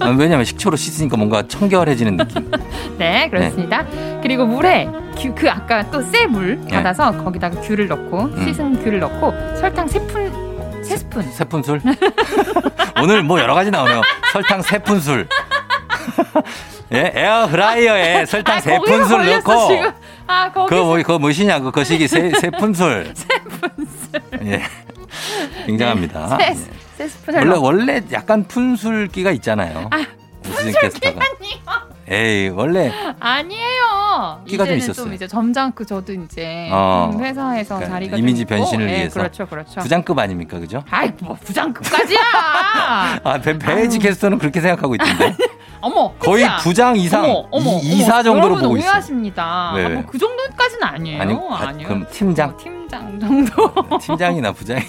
S1: 아, 왜냐면 식초로 씻으니까 뭔가 청결해지는 느낌.
S6: 네, 그렇습니다. 그리고 물에 귤- 그 아까 또 새 물
S1: 네. 음.
S6: 받아서 거기다가 귤을 넣고 씻은 귤을 넣고 설탕 세 푼, 세 스푼.
S1: 세 푼술? [LAUGHS] 오늘 뭐 여러 가지 나오네요. 설탕 세 푼술. [LAUGHS] 예, 에어프라이어에 설탕 세
S6: 아, 거기서
S1: 푼술
S6: 걸렸어,
S1: 넣고
S6: 지금. 아, 거기
S1: 그거 뭐 그거 뭐시냐고 거시기
S6: [LAUGHS]
S1: 세, 세 푼술. 세 푼술. 예. 굉장합니다.
S6: 세,
S1: 예.
S6: 세 스푼을
S1: 원래
S6: 넣고.
S1: 원래 약간
S6: 그러니까.
S1: 푼술기가 있잖아요. 아, 푼술기 아니요. 에이, 원래
S6: 아니에요. 그래서
S1: 끼가 좀
S6: 이제는
S1: 있었어요.
S6: 좀 이제 점잖고 저도 이제
S1: 어.
S6: 음, 회사에서
S1: 그러니까
S6: 자리가 좀
S1: 이미지
S6: 있고,
S1: 변신을
S6: 예,
S1: 위해서.
S6: 그렇죠, 그렇죠.
S1: 부장급 아닙니까, 그죠?
S6: 아이 뭐
S1: [LAUGHS]
S6: 부장급까지야.
S1: 아, 배,
S6: 음.
S1: 배지 캐스터는 그렇게 생각하고 있던데.
S6: 어머
S1: 거의
S6: 그치야?
S1: 부장 이상,
S6: 어머, 어머,
S1: 이, 사 정도로
S6: 여러분
S1: 보고 있어요.
S6: 오해하십니다.
S1: 네.
S6: 아, 뭐그 정도까지는 아니에요.
S1: 아니, 다-
S6: 아니요.
S1: 그럼 팀장,
S6: 뭐 팀장 정도.
S1: 네, 팀장이나
S6: [LAUGHS]
S1: 부장.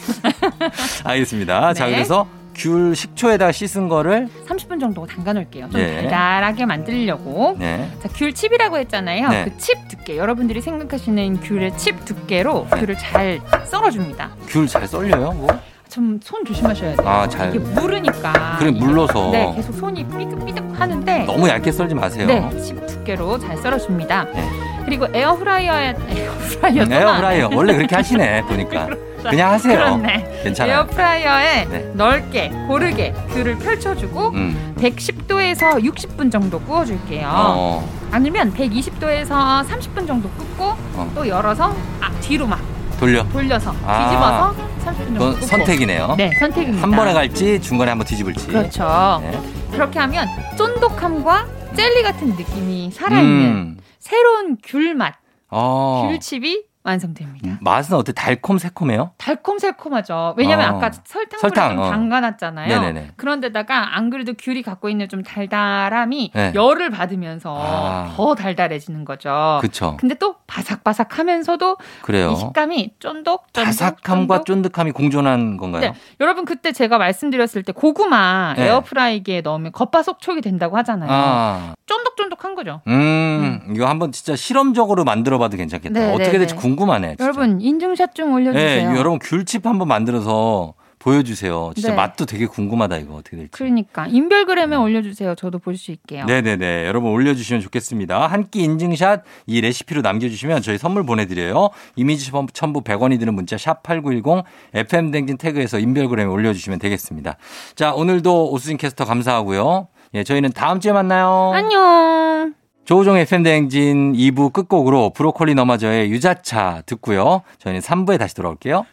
S1: 알겠습니다. 자,
S6: 네.
S1: 그래서 귤 식초에다 씻은 거를,
S6: 30분 정도 담가 놓을게요. 좀
S1: 예.
S6: 달달하게 만들려고.
S1: 네.
S6: 자, 귤 칩이라고 했잖아요.
S1: 네.
S6: 그 칩 두께. 여러분들이 생각하시는 귤의 칩 두께로
S1: 네.
S6: 귤을 잘 썰어 줍니다.
S1: 귤 잘 썰려요, 뭐?
S6: 좀 손 조심하셔야 돼요.
S1: 아, 잘.
S6: 이게 무르니까.
S1: 그래, 물러서.
S6: 네, 계속 손이 삐끗삐끗 하는데
S1: 너무 얇게 썰지 마세요.
S6: 네, 칩 두께로 잘 썰어 줍니다.
S1: 네. 음,
S6: 그리고 에어프라이어에 에어프라이어
S1: 에어프라이어. 원래 그렇게
S6: [LAUGHS]
S1: 하시네, 보니까. 그냥 하세요.
S6: 그렇네.
S1: 괜찮아요.
S6: 에어프라이어에
S1: 네.
S6: 넓게 고르게 귤을 펼쳐주고
S1: 음.
S6: 110도에서 60분 정도 구워줄게요.
S1: 어.
S6: 아니면 120도에서 30분 정도 굽고
S1: 어.
S6: 또 열어서 아, 뒤로 막
S1: 돌려.
S6: 돌려서
S1: 아.
S6: 뒤집어서 30분 정도
S1: 그건
S6: 굽고
S1: 선택이네요.
S6: 네 선택입니다.
S1: 한 번에 갈지 중간에 한 번 뒤집을지.
S6: 그렇죠.
S1: 네.
S6: 그렇게 하면 쫀득함과 젤리 같은 느낌이 살아있는
S1: 음.
S6: 새로운 귤 맛,
S1: 어. 음.
S6: 귤칩이 완성됩니다.
S1: 맛은 어때? 달콤 새콤해요?
S6: 달콤새콤하죠. 왜냐면
S1: 어.
S6: 아까 설탕으로
S1: 설탕,
S6: 좀
S1: 어.
S6: 담가놨잖아요.
S1: 네네네.
S6: 그런데다가 안 그래도 귤이 갖고 있는 좀 달달함이
S1: 네.
S6: 열을 받으면서
S1: 아.
S6: 더 달달해지는 거죠.
S1: 그쵸.
S6: 근데 또 바삭바삭하면서도
S1: 그래요.
S6: 어. 이 식감이 쫀득쫀득.
S1: 바삭함과
S6: 쫀득.
S1: 쫀득함이 공존한 건가요?
S6: 네. 여러분 그때 제가 말씀드렸을 때 고구마
S1: 네.
S6: 에어프라이기에 넣으면 겉바속촉이 된다고 하잖아요. 네.
S1: 아,
S6: 쫀득쫀득한 거죠.
S1: 음, 이거 한번 진짜 실험적으로 만들어봐도 괜찮겠다.
S6: 네,
S1: 어떻게
S6: 네,
S1: 될지
S6: 네.
S1: 궁금하네. 진짜.
S6: 여러분 인증샷 좀
S1: 네,
S6: 올려주세요.
S1: 이거 여러분 귤칩 한번 만들어서 보여주세요. 진짜
S6: 네.
S1: 맛도 되게 궁금하다 이거 어떻게 될지.
S6: 그러니까 인별그램에 올려주세요. 저도 볼 수 있게요.
S1: 네네네. 여러분 올려주시면 좋겠습니다. 한 끼 인증샷 이 레시피로 남겨주시면 저희 선물 보내드려요. 이미지 첨부- 첨부 100원이 드는 문자 샵 8910 FM댕진 태그에서 인별그램에 올려주시면 되겠습니다. 자, 오늘도 오수진 캐스터 감사하고요. 예, 저희는 다음 주에 만나요.
S6: 안녕.
S1: 조우종 FM댕진 2부 끝곡으로 브로콜리 너마저의 유자차 듣고요. 저희는 3부에 다시 돌아올게요.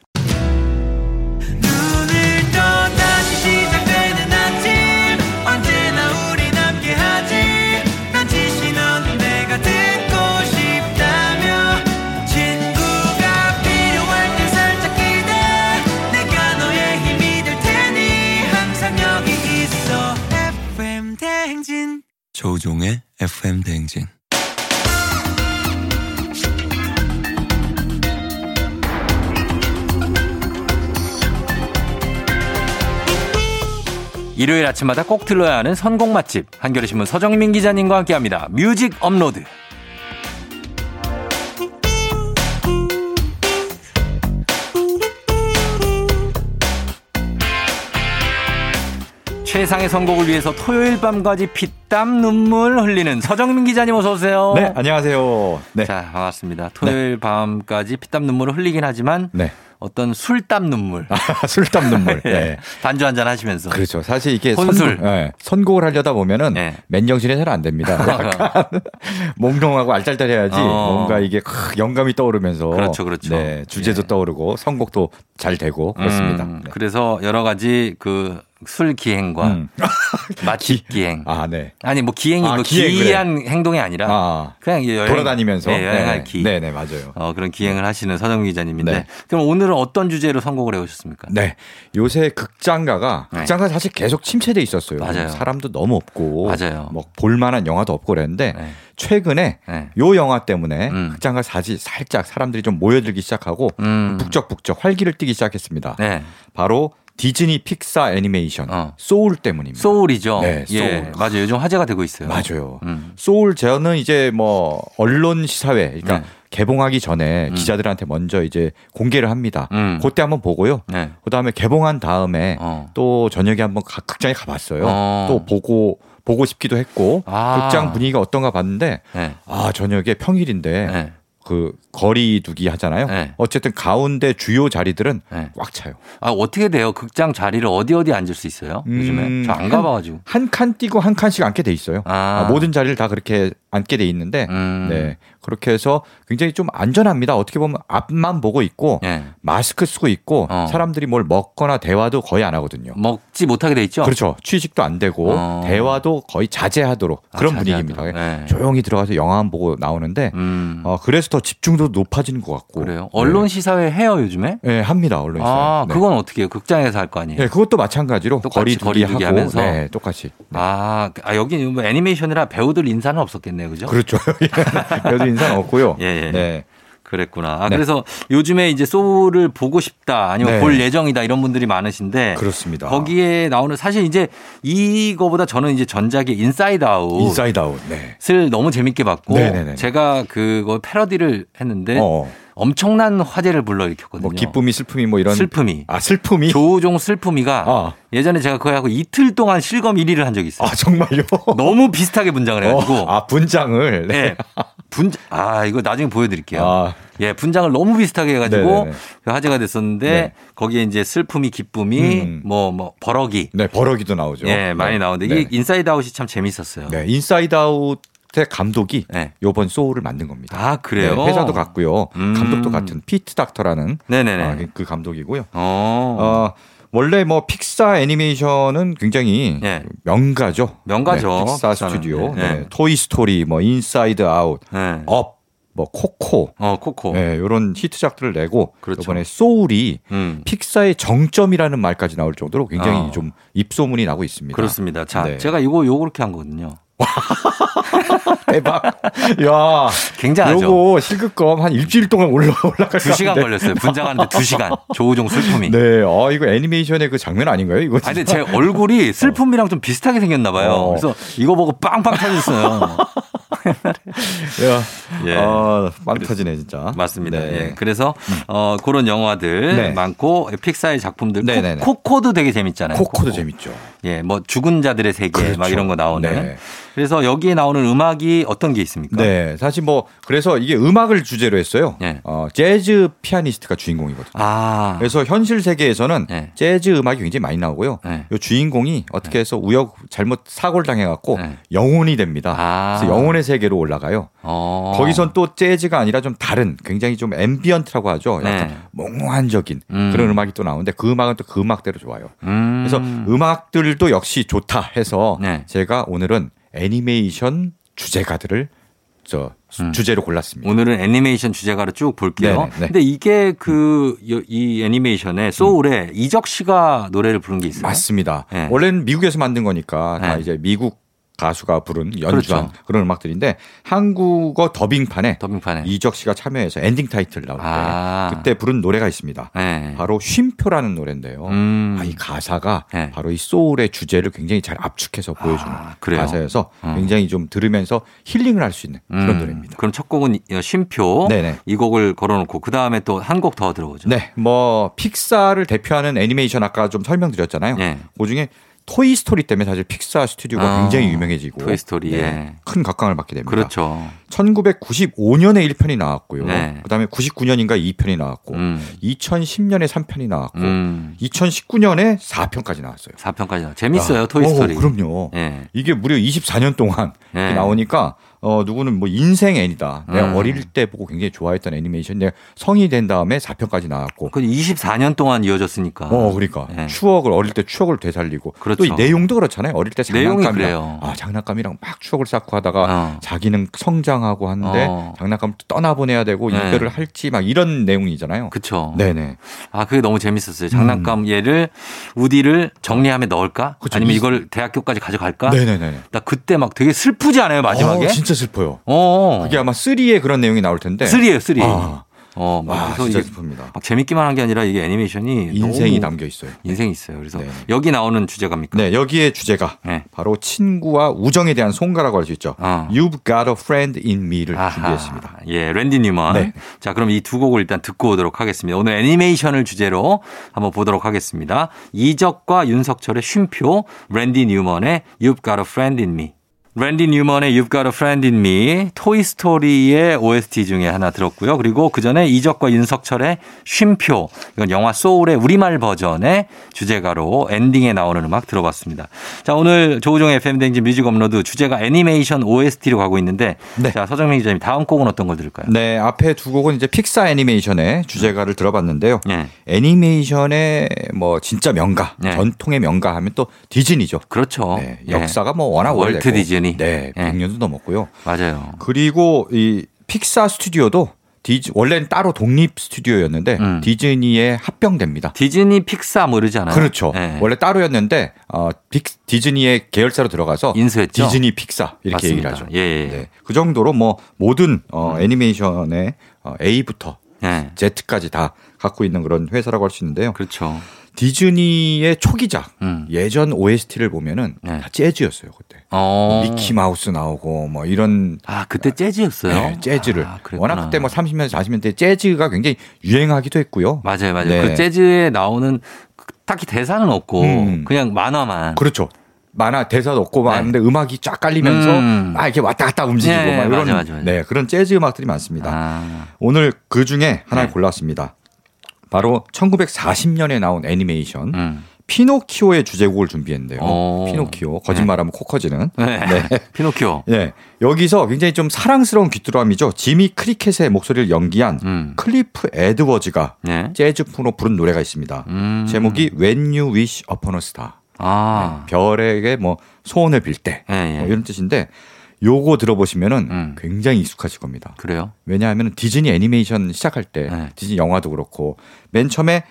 S4: 눈을 떠 다시 시작되는 아침 언제나 우리 함께하지 난 지시 넌 내가 듣고 싶다며 친구가 필요할 때 살짝 기대 내가 너의 힘이 될 테니 항상 여기 있어 FM 대행진
S5: 조종의 FM 대행진
S1: 일요일 아침마다 꼭 들러야 하는 선곡 맛집 한겨레신문 서정민 기자님과 함께합니다. 뮤직 업로드. 최상의 선곡을 위해서 토요일 밤까지 피땀 눈물 흘리는 서정민 기자님 어서 오세요.
S7: 네, 안녕하세요. 네. [LAUGHS]
S1: 자 반갑습니다. 토요일 밤까지 피땀 눈물을 흘리긴 하지만
S7: 네.
S1: 어떤 술땀 눈물
S7: 술땀 눈물.
S1: [LAUGHS] 예.
S7: 네.
S1: 반주 한 잔 하시면서
S7: 그렇죠. 사실 이게
S1: 혼술.
S7: 선곡, 예. 선곡을 하려다 보면은
S1: 네.
S7: 맨정신이 잘
S1: [LAUGHS]
S7: 안 됩니다.
S1: 아,
S7: 약간 몽롱하고 알짤짤해야지
S1: 어.
S7: 뭔가 이게 크, 영감이 떠오르면서
S1: 그렇죠, 그렇죠.
S7: 네, 주제도
S1: 예.
S7: 떠오르고 선곡도 잘 되고 그렇습니다.
S1: 음,
S7: 네.
S1: 그래서 여러 가지 그 술 기행과
S7: 음.
S1: [LAUGHS] 맛집 기행.
S7: 아, 네.
S1: 아니 뭐 기행이
S7: 아,
S1: 뭐
S7: 기행,
S1: 기이한 행동이 아니라
S7: 아,
S1: 그냥 이제 여행,
S7: 돌아다니면서
S1: 네, 여행할
S7: 네.
S1: 기.
S7: 네, 네, 맞아요.
S1: 어, 그런 기행을 하시는 서정 기자님인데
S7: 네.
S1: 그럼 오늘은 어떤 주제로 선곡을 해오셨습니까?
S7: 네. 요새 극장가가
S1: 네.
S7: 극장가 사실 계속 침체돼 있었어요.
S1: 맞아요.
S7: 사람도 너무 없고
S1: 맞아요.
S7: 뭐 볼만한 영화도 없고 그랬는데
S1: 어. 네.
S7: 최근에
S1: 네.
S7: 요 영화 때문에
S1: 음.
S7: 극장가 사지 살짝 사람들이 좀 모여들기 시작하고
S1: 음.
S7: 북적북적 활기를 띠기 시작했습니다.
S1: 네.
S7: 바로 디즈니 픽사 애니메이션
S1: 어.
S7: 소울 때문입니다.
S1: 소울이죠.
S7: 네,
S1: 예,
S7: 소울.
S1: 맞아요. 요즘 화제가 되고 있어요.
S7: 맞아요.
S1: 음.
S7: 소울 저는 이제 뭐 언론 시사회 그러니까
S1: 네.
S7: 개봉하기 전에
S1: 음.
S7: 기자들한테 먼저 이제 공개를 합니다.
S1: 음.
S7: 그때 한번 보고요.
S1: 네.
S7: 그다음에 개봉한 다음에
S1: 어.
S7: 또 저녁에 한번 가- 극장에 가봤어요.
S1: 어.
S7: 또 보고 보고 싶기도 했고
S1: 아.
S7: 극장 분위기가 어떤가 봤는데
S1: 네.
S7: 아 저녁에 평일인데
S1: 네.
S7: 그 거리두기 하잖아요.
S1: 네.
S7: 어쨌든 가운데 주요 자리들은
S1: 네.
S7: 꽉 차요.
S1: 아, 어떻게 돼요? 극장 자리를 어디 어디 앉을 수 있어요? 요즘에?
S7: 음,
S1: 저 안 가봐가지고.
S7: 한 칸 뛰고 한 칸씩 앉게 돼 있어요.
S1: 아.
S7: 아, 모든 자리를 다 그렇게 앉게 돼 있는데
S1: 음.
S7: 네 그렇게 해서 굉장히 좀 안전합니다. 어떻게 보면 앞만 보고 있고
S1: 예.
S7: 마스크 쓰고 있고
S1: 어.
S7: 사람들이 뭘 먹거나 대화도 거의 안 하거든요.
S1: 먹지 못하게 돼 있죠?
S7: 그렇죠. 취직도 안 되고
S1: 어.
S7: 대화도 거의 자제하도록
S1: 아,
S7: 그런
S1: 자제하도록.
S7: 분위기입니다.
S1: 네.
S7: 조용히 들어가서 영화만 보고 나오는데
S1: 음.
S7: 어, 그래서 더 집중도 높아지는 것 같고
S1: 그래요. 언론 시사회 해요, 요즘에?
S7: 네, 네, 합니다 언론
S1: 아,
S7: 시사. 네.
S1: 그건 어떻게 해요? 극장에서 할 거 아니에요?
S7: 네, 그것도 마찬가지로
S1: 똑같이
S7: 거리 두기
S1: 거리두기
S7: 하고
S1: 하면서?
S7: 네, 똑같이
S1: 아, 아, 여기 뭐 애니메이션이라 배우들 인사는 없었겠네요. 그죠?
S7: 그렇죠. [LAUGHS] 그래도 인사는 없고요.
S1: 예, 예.
S7: 네.
S1: 그랬구나. 아,
S7: 네.
S1: 그래서 요즘에 이제 소울을 보고 싶다 아니면
S7: 네.
S1: 볼 예정이다 이런 분들이 많으신데
S7: 그렇습니다.
S1: 거기에 나오는 사실 이제 이거보다 저는 이제 전작의 인사이드 아웃
S7: 인사이드 아웃. 네.
S1: 을 너무 재밌게 봤고
S7: 네네네.
S1: 제가 그거 패러디를 했는데
S7: 어,
S1: 엄청난 화제를 불러일으켰거든요.
S7: 뭐 기쁨이 슬픔이 뭐 이런
S1: 슬픔이.
S7: 아, 슬픔이.
S1: 조우종 슬픔이가
S7: 아.
S1: 예전에 제가 그거 하고 이틀 동안 실검 1위를 한 적이 있어요.
S7: 아, 정말요?
S1: 너무 비슷하게 분장을 해가지고
S7: 어, 아, 분장을.
S1: 예. 분, 아, 이거 나중에 보여드릴게요.
S7: 아.
S1: 예, 분장을 너무 비슷하게 해가지고
S7: 네네네.
S1: 그 화제가 됐었는데
S7: 네.
S1: 거기에 이제 슬픔이 기쁨이
S7: 음.
S1: 뭐, 뭐, 버럭이.
S7: 네, 버럭이도 나오죠.
S1: 예, 많이
S7: 네.
S1: 나오는데
S7: 네.
S1: 이게 인사이드 아웃이 참 재밌었어요.
S7: 네, 인사이드 아웃의 감독이
S1: 네.
S7: 요번 소울을 만든 겁니다.
S1: 아, 그래요?
S7: 네, 회사도 같고요.
S1: 음.
S7: 감독도 같은 피트 닥터라는
S1: 네네네.
S7: 아, 그 감독이고요.
S1: 어.
S7: 어, 원래 뭐 픽사 애니메이션은 굉장히
S1: 예.
S7: 명가죠.
S1: 명가죠,
S7: 네, 픽사
S1: 픽사는.
S7: 스튜디오.
S1: 네.
S7: 네. 토이 스토리, 뭐 인사이드 아웃,
S1: 네.
S7: 업, 뭐 코코.
S1: 어, 코코.
S7: 네, 이런 히트작들을 내고
S1: 그렇죠.
S7: 이번에 소울이
S1: 음.
S7: 픽사의 정점이라는 말까지 나올 정도로 굉장히
S1: 아.
S7: 좀 입소문이 나고 있습니다.
S1: 그렇습니다. 자,
S7: 네.
S1: 제가 이거 요렇게 한 거거든요.
S7: [LAUGHS] 대박.
S1: [LAUGHS]
S7: 야,
S1: 굉장하죠.
S7: 요거 실급검 한 일주일 동안 올라 올라갈
S1: 두 시간
S7: 것 같은데.
S1: 걸렸어요. 분장하는데 두 시간.
S7: [LAUGHS]
S1: 조우종 슬픔이.
S7: 네, 어 이거 애니메이션의 그 장면 아닌가요? 이거
S1: 아니, 근데
S7: 진짜?
S1: 제 얼굴이 슬픔이랑 좀 비슷하게 생겼나 봐요.
S7: 어.
S1: 그래서 이거 보고 빵빵
S7: [LAUGHS]
S1: 터졌어요.
S7: 야,
S1: 예.
S7: 아, 빵 터지네 진짜.
S1: 맞습니다.
S7: 네.
S1: 예. 그래서 어, 그런 영화들
S7: 네.
S1: 많고 픽사의 작품들 코-
S7: 네네네.
S1: 코코도 되게 재밌잖아요.
S7: 코코도
S1: 코코.
S7: 재밌죠.
S1: 예, 뭐 죽은 자들의 세계 막
S7: 그렇죠.
S1: 이런 거 나오는.
S7: 네.
S1: 그래서 여기에 나오는 음악이 어떤 게 있습니까?
S7: 네, 사실 뭐 그래서 이게 음악을 주제로 했어요.
S1: 네.
S7: 어, 재즈 피아니스트가 주인공이거든요.
S1: 아,
S7: 그래서 현실 세계에서는
S1: 네.
S7: 재즈 음악이 굉장히 많이 나오고요.
S1: 네.
S7: 요 주인공이
S1: 예.
S7: 어떻게 해서 우역 잘못 사고를 당해갖고
S1: 네.
S7: 영혼이 됩니다.
S1: 아.
S7: 그래서 영혼의 세계로 올라가요.
S1: 어.
S7: 거기선 또 재즈가 아니라 좀 다른 굉장히 좀 앰비언트라고 하죠. 약간
S1: 네.
S7: 몽환적인
S1: 음.
S7: 그런 음악이 또 나오는데 그 음악은 또 그 음악대로 좋아요.
S1: 음.
S7: 그래서 음. 악들도 역시 좋다 해서
S1: 네.
S7: 제가 오늘은 애니메이션 주제가들을 저
S1: 음.
S7: 주제로 골랐습니다.
S1: 오늘은 애니메이션 주제가로 쭉 볼게요.
S7: 네네, 네.
S1: 근데 이게 그 이 애니메이션에 소울에 이적 씨가 노래를 부른 게 있어요.
S7: 맞습니다.
S1: 네.
S7: 원래는 미국에서 만든 거니까 다
S1: 네.
S7: 이제 미국 가수가 부른 연주한
S1: 그렇죠.
S7: 그런 음악들인데 한국어 더빙판에
S1: 더빙판에. 네.
S7: 이적 씨가 참여해서 엔딩 타이틀 나올 때
S1: 아.
S7: 그때 부른 노래가 있습니다.
S1: 네.
S7: 바로 쉼표라는 노래인데요.
S1: 음.
S7: 아, 이 가사가
S1: 네.
S7: 바로 이 소울의 주제를 굉장히 잘 압축해서 보여주는
S1: 아, 그래요?
S7: 가사여서
S1: 음.
S7: 굉장히 좀 들으면서 힐링을 할 수 있는 그런
S1: 음,
S7: 노래입니다.
S1: 그럼 첫 곡은 이- 쉼표
S7: 네네.
S1: 이 곡을 걸어놓고 그 다음에 또 한 곡 더 들어보죠.
S7: 네, 뭐 픽사를 대표하는 애니메이션 아까 좀 설명드렸잖아요.
S1: 예.
S7: 그 중에 토이 스토리 때문에 사실 픽사 스튜디오가
S1: 아,
S7: 굉장히 유명해지고 네,
S1: 토이 스토리, 예.
S7: 큰 각광을 받게 됩니다.
S1: 그렇죠.
S7: 1995년에 1편이 나왔고요.
S1: 네.
S7: 그다음에 99년인가 2편이 나왔고
S1: 음.
S7: 2010년에 3편이 나왔고
S1: 음.
S7: 2019년에 4편까지 나왔어요.
S1: 4편까지 재밌어요
S7: 야,
S1: 토이
S7: 어,
S1: 스토리.
S7: 그럼요.
S1: 예.
S7: 이게 무려 24년 동안
S1: 네.
S7: 나오니까 어 누구는 뭐 인생 애니다. 내가
S1: 음.
S7: 어릴 때 보고 굉장히 좋아했던 애니메이션. 내가 성이 된 다음에 4편까지 나왔고.
S1: 그 24년 동안 이어졌으니까.
S7: 어, 그러니까
S1: 네.
S7: 추억을 어릴 때 추억을 되살리고
S1: 그렇죠.
S7: 또 이 내용도 그렇잖아요. 어릴 때
S1: 내용이
S7: 장난감이랑
S1: 그래요.
S7: 아 장난감이랑 막 추억을 쌓고 하다가
S1: 어.
S7: 자기는 성장하고 하는데
S1: 어.
S7: 장난감을 또 떠나보내야 되고
S1: 네.
S7: 이별을 할지 막 이런 내용이잖아요.
S1: 그쵸.
S7: 네네. 음.
S1: 아, 그게 너무 재밌었어요. 장난감 얘를, 우디를 정리함에 넣을까?
S7: 그쵸.
S1: 아니면
S7: 이-
S1: 이걸 대학교까지 가져갈까?
S7: 네네네.
S1: 나 그때 막 되게 슬프지 않아요, 아. 마지막에?
S7: 어, 진짜 슬퍼요.
S1: 어.
S7: 그게 아마 3의 그런 내용이 나올 텐데.
S1: 리예요 쓰리.
S7: 아.
S1: 어, 막
S7: 와
S1: 그래서
S7: 진짜
S1: 이게
S7: 슬픕니다.
S1: 막 재밌기만 한 게 아니라 이게 애니메이션이 너무
S7: 인생이 담겨 있어요.
S1: 인생이 있어요. 그래서
S7: 네.
S1: 여기 나오는 주제가입니까?
S7: 네, 여기에 주제가
S1: 네.
S7: 바로 친구와 우정에 대한 송가라고 할 수 있죠.
S1: 어.
S7: You've got a friend in me를 준비했습니다.
S1: 예, 랜디 뉴먼.
S7: 네.
S1: 자, 그럼 이 두 곡을 일단 듣고 오도록 하겠습니다. 오늘 애니메이션을 주제로 한번 보도록 하겠습니다. 이적과 윤석철의 쉼표, 랜디 뉴먼의 You've Got a Friend in Me. 랜디 뉴먼의 You've Got a Friend in Me, 토이 스토리의 OST 중에 하나 들었고요. 그리고 그 전에 이적과 윤석철의 쉼표, 이건 영화 소울의 우리말 버전의 주제가로 엔딩에 나오는 음악 들어봤습니다. 자, 오늘 조우종 FM 댕진 뮤직 업로드 주제가 애니메이션 OST로 가고 있는데,
S7: 네.
S1: 자, 서정민 기자님 다음 곡은 어떤 걸 들을까요?
S7: 네, 앞에 두 곡은 이제 픽사 애니메이션의 주제가를 들어봤는데요.
S1: 네.
S7: 애니메이션의 뭐 진짜 명가,
S1: 네.
S7: 전통의 명가 하면 또 디즈니죠.
S1: 그렇죠.
S7: 네,
S1: 예.
S7: 역사가 뭐 워낙
S1: 월트
S7: 오래됐고.
S1: 디즈니.
S7: 네,
S1: 예.
S7: 100년도 넘었고요.
S1: 맞아요.
S7: 그리고 이 픽사 스튜디오도 디즈, 원래는 따로 독립 스튜디오였는데
S1: 음.
S7: 디즈니에 합병됩니다.
S1: 디즈니 픽사 뭐 이러잖아요.
S7: 그렇죠.
S1: 예.
S7: 원래 따로였는데 어, 빅- 디즈니의 계열사로 들어가서
S1: 인수했죠?
S7: 디즈니 픽사
S1: 맞습니다.
S7: 이렇게 얘기를 하죠.
S1: 예, 음. 예.
S7: 네. 그 정도로 뭐 모든 어, 애니메이션의 어, A부터
S1: 예.
S7: Z까지 다 갖고 있는 그런 회사라고 할 수 있는데요.
S1: 그렇죠.
S7: 디즈니의 초기작
S1: 음.
S7: 예전 OST를 보면은
S1: 네.
S7: 다 재즈였어요 그때.
S1: 어.
S7: 미키 마우스 나오고 뭐 이런
S1: 아, 그때 재즈였어요.
S7: 네, 재즈를
S1: 아, 그랬구나.
S7: 워낙 그때 뭐 30년 40년대 재즈가 굉장히 유행하기도 했고요.
S1: 맞아요, 맞아요.
S7: 네.
S1: 그 재즈에 나오는 그- 딱히 대사는 없고
S7: 음.
S1: 그냥 만화만.
S7: 그렇죠. 만화 대사도 없고 막
S1: 예. 네.
S7: 하는데 음악이 쫙 깔리면서
S1: 음.
S7: 막 이렇게 왔다 갔다 움직이고
S1: 네,
S7: 막 이런
S1: 맞아, 맞아, 맞아.
S7: 네 그런 재즈 음악들이 많습니다.
S1: 아,
S7: 오늘 그 중에 하나를
S1: 네.
S7: 골랐습니다. 바로 1940년에 나온 애니메이션
S1: 음.
S7: 피노키오의 주제곡을 준비했는데요.
S1: 오.
S7: 피노키오 거짓말하면 코 커지는.
S1: 네. [LAUGHS] 피노키오.
S7: 네 여기서 굉장히 좀 사랑스러운 귀뚜라미죠. 지미 크리켓의 목소리를 연기한
S1: 음.
S7: 클리프 에드워즈가
S1: 네.
S7: 재즈풍으로 부른 노래가 있습니다.
S1: 음.
S7: 제목이 When You Wish Upon a Star.
S1: 아.
S7: 별에게 네, 뭐 소원을 빌 때.
S1: 예, 예.
S7: 뭐 이런 뜻인데 요거 들어보시면은
S1: 음.
S7: 굉장히 익숙하실 겁니다.
S1: 그래요?
S7: 왜냐하면 디즈니 애니메이션 시작할 때
S1: 네.
S7: 디즈니 영화도 그렇고 맨 처음에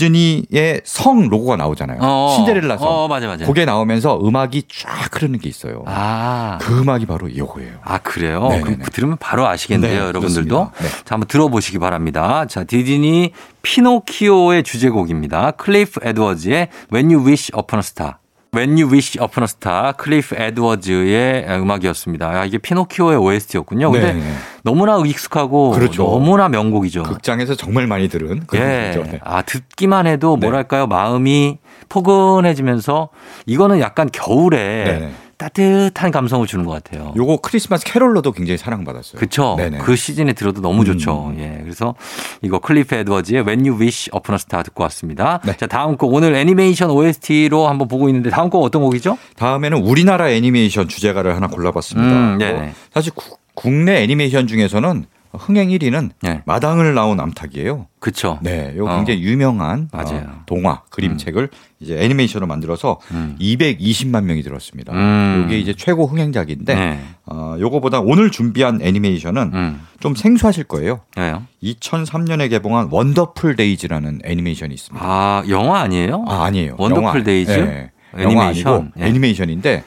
S7: 디즈니의 성 로고가 나오잖아요.
S1: 어.
S7: 신데렐라 성.
S1: 어, 맞아, 맞아.
S7: 그게 나오면서 음악이 쫙 흐르는 게 있어요.
S1: 아.
S7: 그 음악이 바로 요거예요.
S1: 아, 그래요?
S7: 네,
S1: 그럼
S7: 네, 네.
S1: 들으면 바로 아시겠네요,
S7: 네,
S1: 여러분들도.
S7: 그렇습니다. 네.
S1: 자, 한번 들어보시기 바랍니다. 자, 디즈니 피노키오의 주제곡입니다. 클리프 에드워즈의 When You Wish Upon a Star. When You Wish Upon a Star, 클리프 에드워즈의 음악이었습니다. 아, 이게 피노키오의 OST였군요. 근데
S7: 네, 네.
S1: 너무나 익숙하고
S7: 그렇죠.
S1: 너무나 명곡이죠.
S7: 극장에서 정말 많이 들은 그런
S1: 아. 예.
S7: 곡이죠. 네.
S1: 아, 듣기만 해도
S7: 네.
S1: 뭐랄까요. 마음이 포근해지면서 이거는 약간 겨울에
S7: 네, 네.
S1: 따뜻한 감성을 주는 것 같아요.
S7: 요거 크리스마스 캐롤로도 굉장히 사랑받았어요.
S1: 그쵸.
S7: 네네. 음.
S1: 그 시즌에 들어도 너무 좋죠. 예. 그래서 이거 클리프 에드워즈의 When You Wish Upon a Star 듣고 왔습니다.
S7: 네.
S1: 자, 다음 곡 오늘 애니메이션 OST로 한번 보고 있는데 다음 곡 어떤 곡이죠?
S7: 다음에는 우리나라 애니메이션 주제가를 하나 골라봤습니다.
S1: 음, 네네.
S7: 뭐 사실 구- 국내 애니메이션 중에서는 흥행 1위는
S1: 네.
S7: 마당을 나온 암탉이에요.
S1: 그쵸.
S7: 네, 요
S1: 어.
S7: 굉장히 유명한 어,
S1: 맞아요.
S7: 동화 그림책을 이제 애니메이션으로 만들어서
S1: 음.
S7: 220만 명이 들었습니다.
S1: 음.
S7: 이게 이제 최고 흥행작인데
S1: 네.
S7: 어, 요거보다 오늘 준비한 애니메이션은
S1: 음.
S7: 좀 생소하실 거예요.
S1: 왜요?
S7: 2003년에 개봉한 원더풀 데이즈라는 애니메이션이 있습니다.
S1: 아, 영화 아니에요?
S7: 아, 아니에요.
S1: 원더풀
S7: 영화.
S1: 데이즈?
S7: 예, 영화
S1: 애니메이션?
S7: 아니고
S1: 예.
S7: 애니메이션인데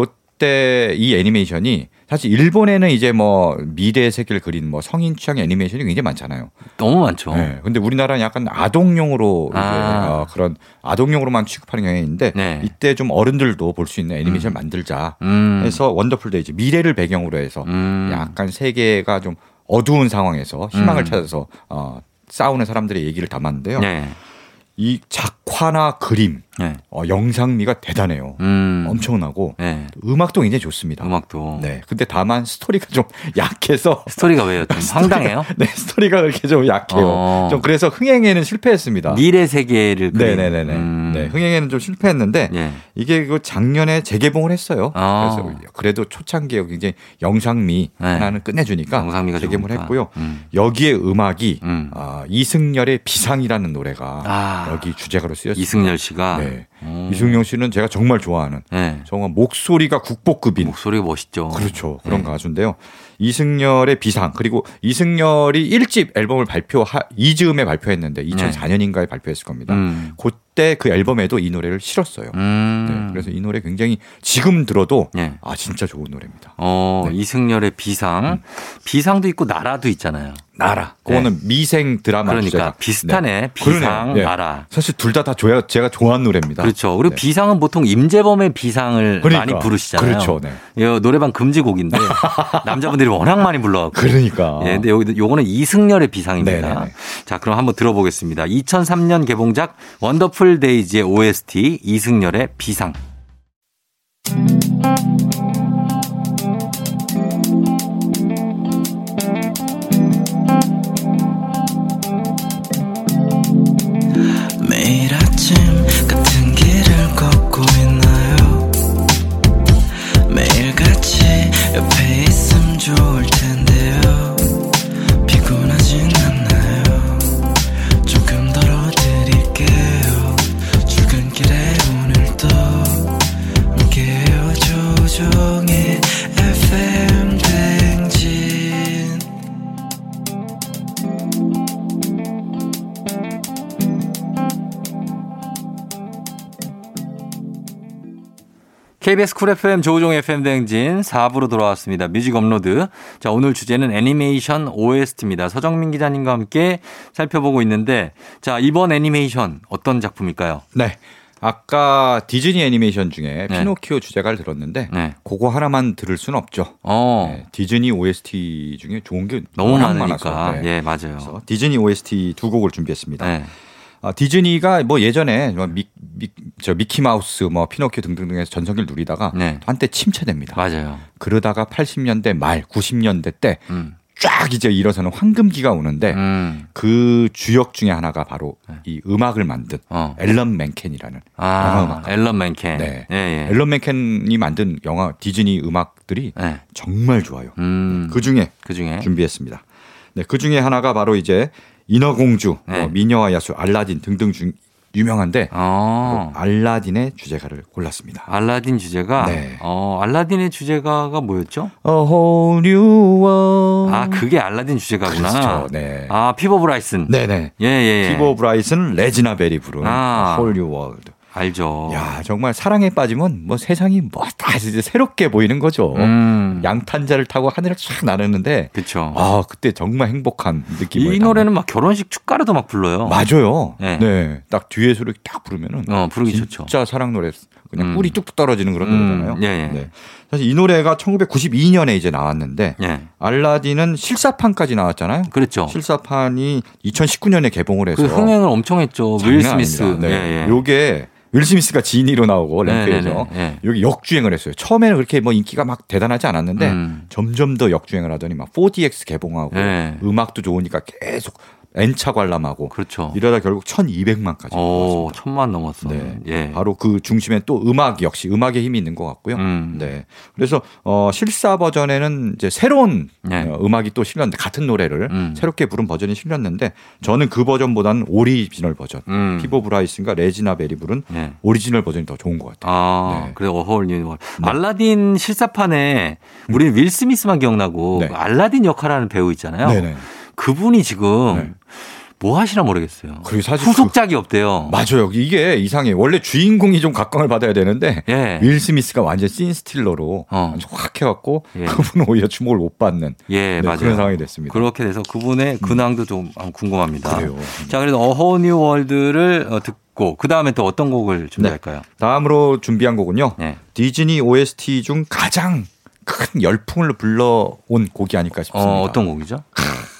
S7: 요때 이 애니메이션이 사실 일본에는 이제 뭐 미래의 세계를 그린 뭐 성인 취향 애니메이션이 굉장히 많잖아요.
S1: 너무 많죠. 네.
S7: 예, 근데 우리나라는 약간 아동용으로 이제
S1: 아.
S7: 어, 그런 아동용으로만 취급하는 경향이 있는데
S1: 네.
S7: 이때 좀 어른들도 볼 수 있는 애니메이션 만들자
S1: 음.
S7: 해서 원더풀 데이즈 미래를 배경으로 해서
S1: 음.
S7: 약간 세계가 좀 어두운 상황에서 희망을
S1: 음.
S7: 찾아서 어, 싸우는 사람들의 얘기를 담았는데요.
S1: 네.
S7: 이 작화나 그림,
S1: 네.
S7: 어, 영상미가 대단해요.
S1: 음.
S7: 엄청나고
S1: 네.
S7: 음악도 굉장히 좋습니다.
S1: 음악도.
S7: 네. 근데 다만 스토리가 좀 [LAUGHS] 약해서
S1: 스토리가 왜요? 좀
S7: [LAUGHS]
S1: 황당해요?
S7: 네, 스토리가 그렇게 좀 약해요.
S1: 어.
S7: 좀 그래서 흥행에는 실패했습니다.
S1: 미래 세계를. 그린.
S7: 네, 네, 네, 네.
S1: 음.
S7: 네, 흥행에는 좀 실패했는데
S1: 예.
S7: 이게 그 작년에 재개봉을 했어요.
S1: 아.
S7: 그래서 그래도 초창기에 굉장히 영상미
S1: 네.
S7: 하나는 끝내주니까
S1: 영상미가
S7: 재개봉을
S1: 좋으니까.
S7: 했고요.
S1: 음.
S7: 여기에 음악이
S1: 음.
S7: 아, 이승열의 비상이라는 노래가
S1: 아.
S7: 여기 주제가로 쓰였습니다.
S1: 이승열 씨가.
S7: 네.
S1: 음.
S7: 이승용 씨는 제가 정말 좋아하는
S1: 네.
S7: 정말 목소리가 국보급인
S1: 목소리가 멋있죠.
S7: 그렇죠
S1: 음.
S7: 그런 가수인데요. 이승열의 비상 그리고 이승열이 1집 앨범을 발표 이즈음에 발표했는데 2004년인가에 발표했을 겁니다.
S1: 네. 음.
S7: 그때 그 앨범에도 이 노래를 실었어요.
S1: 음.
S7: 네, 그래서 이 노래 굉장히 지금 들어도
S1: 네.
S7: 아 진짜 좋은 노래입니다.
S1: 어,
S7: 네.
S1: 이승열의 비상. 비상도 있고 나라도 있잖아요.
S7: 음. 나라 그거는 미생 드라마
S1: 그러니까
S7: 주제가.
S1: 비슷하네. 비상, 나라.
S7: 예. 사실 둘 다 다 좋아 제가 좋아하는 노래입니다.
S1: 그렇죠. 그리고
S7: 네.
S1: 비상은 보통 임재범의 비상을
S7: 그러니까.
S1: 많이 부르시잖아요.
S7: 그렇죠, 네.
S1: 예, 노래방
S7: [LAUGHS]
S1: 금지곡인데 남자분들이 워낙 많이 불러갖고.
S7: 그러니까
S1: 예, 근데 여기 요거는 이승열의 비상입니다.
S7: 네네네.
S1: 자, 그럼 한번 들어보겠습니다. 2003년 개봉작 원더풀 데이지의 OST 이승열의 비상. KBS 쿨 FM 조우종 FM 대행진 4부로 돌아왔습니다. 뮤직 업로드. 자, 오늘 주제는 애니메이션 OST입니다. 서정민 기자님과 함께 살펴보고 있는데 자, 이번 애니메이션 어떤 작품일까요?
S7: 네. 아까 디즈니 애니메이션 중에
S1: 네.
S7: 피노키오 주제가를 들었는데
S1: 네.
S7: 그거 하나만 들을 수는 없죠.
S1: 어.
S7: 네, 디즈니 OST 중에 좋은 게
S1: 너무
S7: 워낙
S1: 많으니까.
S7: 많아서, 네.
S1: 예, 맞아요.
S7: 그래서 디즈니 OST 두 곡을 준비했습니다.
S1: 네.
S7: 아, 디즈니가 뭐 예전에 뭐 미, 미, 저 미키 마우스, 뭐 피노키오 등등등에서 전성기를 누리다가
S1: 네.
S7: 또 한때 침체됩니다.
S1: 맞아요.
S7: 그러다가 80년대 말, 90년대
S1: 음.
S7: 때 쫙 이제 일어서는 황금기가 오는데
S1: 음. 네.
S7: 그 주역 중에 하나가 바로 이 음악을 만든
S1: 어.
S7: 앨런 맨켄이라는 영화
S1: 아,
S7: 음악가.
S1: 앨런 맨켄.
S7: 네.
S1: 예, 예.
S7: 앨런 맨켄이 만든 영화 디즈니 음악들이
S1: 네.
S7: 정말 좋아요.
S1: 음.
S7: 그 중에
S1: 그 중에
S7: 준비했습니다. 네, 그 중에 하나가 바로 이제 인어공주,
S1: 네.
S7: 뭐 미녀와 야수, 알라딘 등등 중 유명한데 뭐
S1: 어.
S7: 알라딘의 주제가를 골랐습니다.
S1: 알라딘 주제가
S7: 네.
S1: 어, 알라딘의 주제가가 뭐였죠?
S7: A whole new world.
S1: 어, 아, 그게 알라딘 주제가구나.
S7: 음. 그렇죠. 네.
S1: 아, 피버 브라이슨.
S7: 네네.
S1: 예, 예, 예.
S7: 피보 브라이슨, 레지나 베리 부른
S1: 아. 어.
S7: A whole new world.
S1: 알죠.
S7: 야 정말 사랑에 빠지면 뭐 세상이 뭐다 이제 새롭게 보이는 거죠.
S1: 음.
S7: 양탄자를 타고 하늘을 촥 나르는데
S1: 그쵸.
S7: 아 그때 정말 행복한 느낌이
S1: 이 노래는 막 결혼식 축가로도 막 불러요.
S7: 맞아요.
S1: 네.
S7: 네. 딱 뒤에서 이렇게 딱 부르면은
S1: 어, 부르기
S7: 진짜
S1: 좋죠.
S7: 사랑 노래 그냥
S1: 음.
S7: 꿀이 뚝뚝 떨어지는 그런
S1: 음,
S7: 노래잖아요.
S1: 예, 예.
S7: 네. 사실 이 노래가 1992년에 이제 나왔는데
S1: 예.
S7: 알라딘은 실사판까지 나왔잖아요.
S1: 그렇죠.
S7: 실사판이 2019년에 개봉을 해서
S1: 그 흥행을 엄청 했죠. 윌
S7: 장난
S1: 스미스.
S7: 아닙니다.
S1: 예,
S7: 네.
S1: 예.
S7: 요게 윌 스미스가 지니로 나오고
S1: 네,
S7: 램프에서
S1: 네, 네, 네.
S7: 여기 역주행을 했어요. 처음에는 그렇게 뭐 인기가 막 대단하지 않았는데
S1: 음.
S7: 점점 더 역주행을 하더니 막 4DX 개봉하고
S1: 네.
S7: 음악도 좋으니까 계속 N차 관람하고
S1: 그렇죠.
S7: 이러다 결국 1,200만까지
S1: 오,
S7: 올라왔습니다.
S1: 천만 넘었어.
S7: 네.
S1: 예.
S7: 바로 그 중심에 또 음악 역시 음악의 힘이 있는 것 같고요.
S1: 음.
S7: 네. 그래서 어 실사 버전에는 이제 새로운
S1: 네.
S7: 어, 음악이 또 실렸는데 같은 노래를
S1: 음.
S7: 새롭게 부른 버전이 실렸는데 저는 그 버전보다는 오리지널 버전
S1: 음.
S7: 피보 브라이슨과 레지나 베리 부른
S1: 네.
S7: 오리지널 버전이 더 좋은 것 같아요.
S1: 아,
S7: 네.
S1: 그래, 어허울 뉴월. 알라딘 실사판에 우리는 윌 스미스만 기억나고
S7: 음. 네.
S1: 그 알라딘 역할하는 배우 있잖아요.
S7: 네네.
S1: 그분이 지금
S7: 네.
S1: 뭐 하시나 모르겠어요.
S7: 그리고 사실
S1: 후속작이 없대요.
S7: 맞아요. 이게 이상해. 원래 주인공이 좀 각광을 받아야 되는데
S1: 예.
S7: 윌 스미스가 완전 씬 스틸러로
S1: 어.
S7: 확 해갖고
S1: 예.
S7: 그분은 오히려 주목을 못 받는
S1: 예,
S7: 네,
S1: 맞아요.
S7: 그런 상황이 됐습니다. 음.
S1: 그렇게 돼서 그분의 근황도 좀 아, 궁금합니다.
S7: 그래요.
S1: 자, 그래서 어허니 월드를 어, 듣고 그 다음에 또 어떤 곡을
S7: 네.
S1: 준비할까요?
S7: 다음으로 준비한 곡은요.
S1: 네.
S7: 디즈니 OST 중 가장 큰 열풍을 불러온 곡이 아닐까 싶습니다.
S1: 어, 어떤 곡이죠?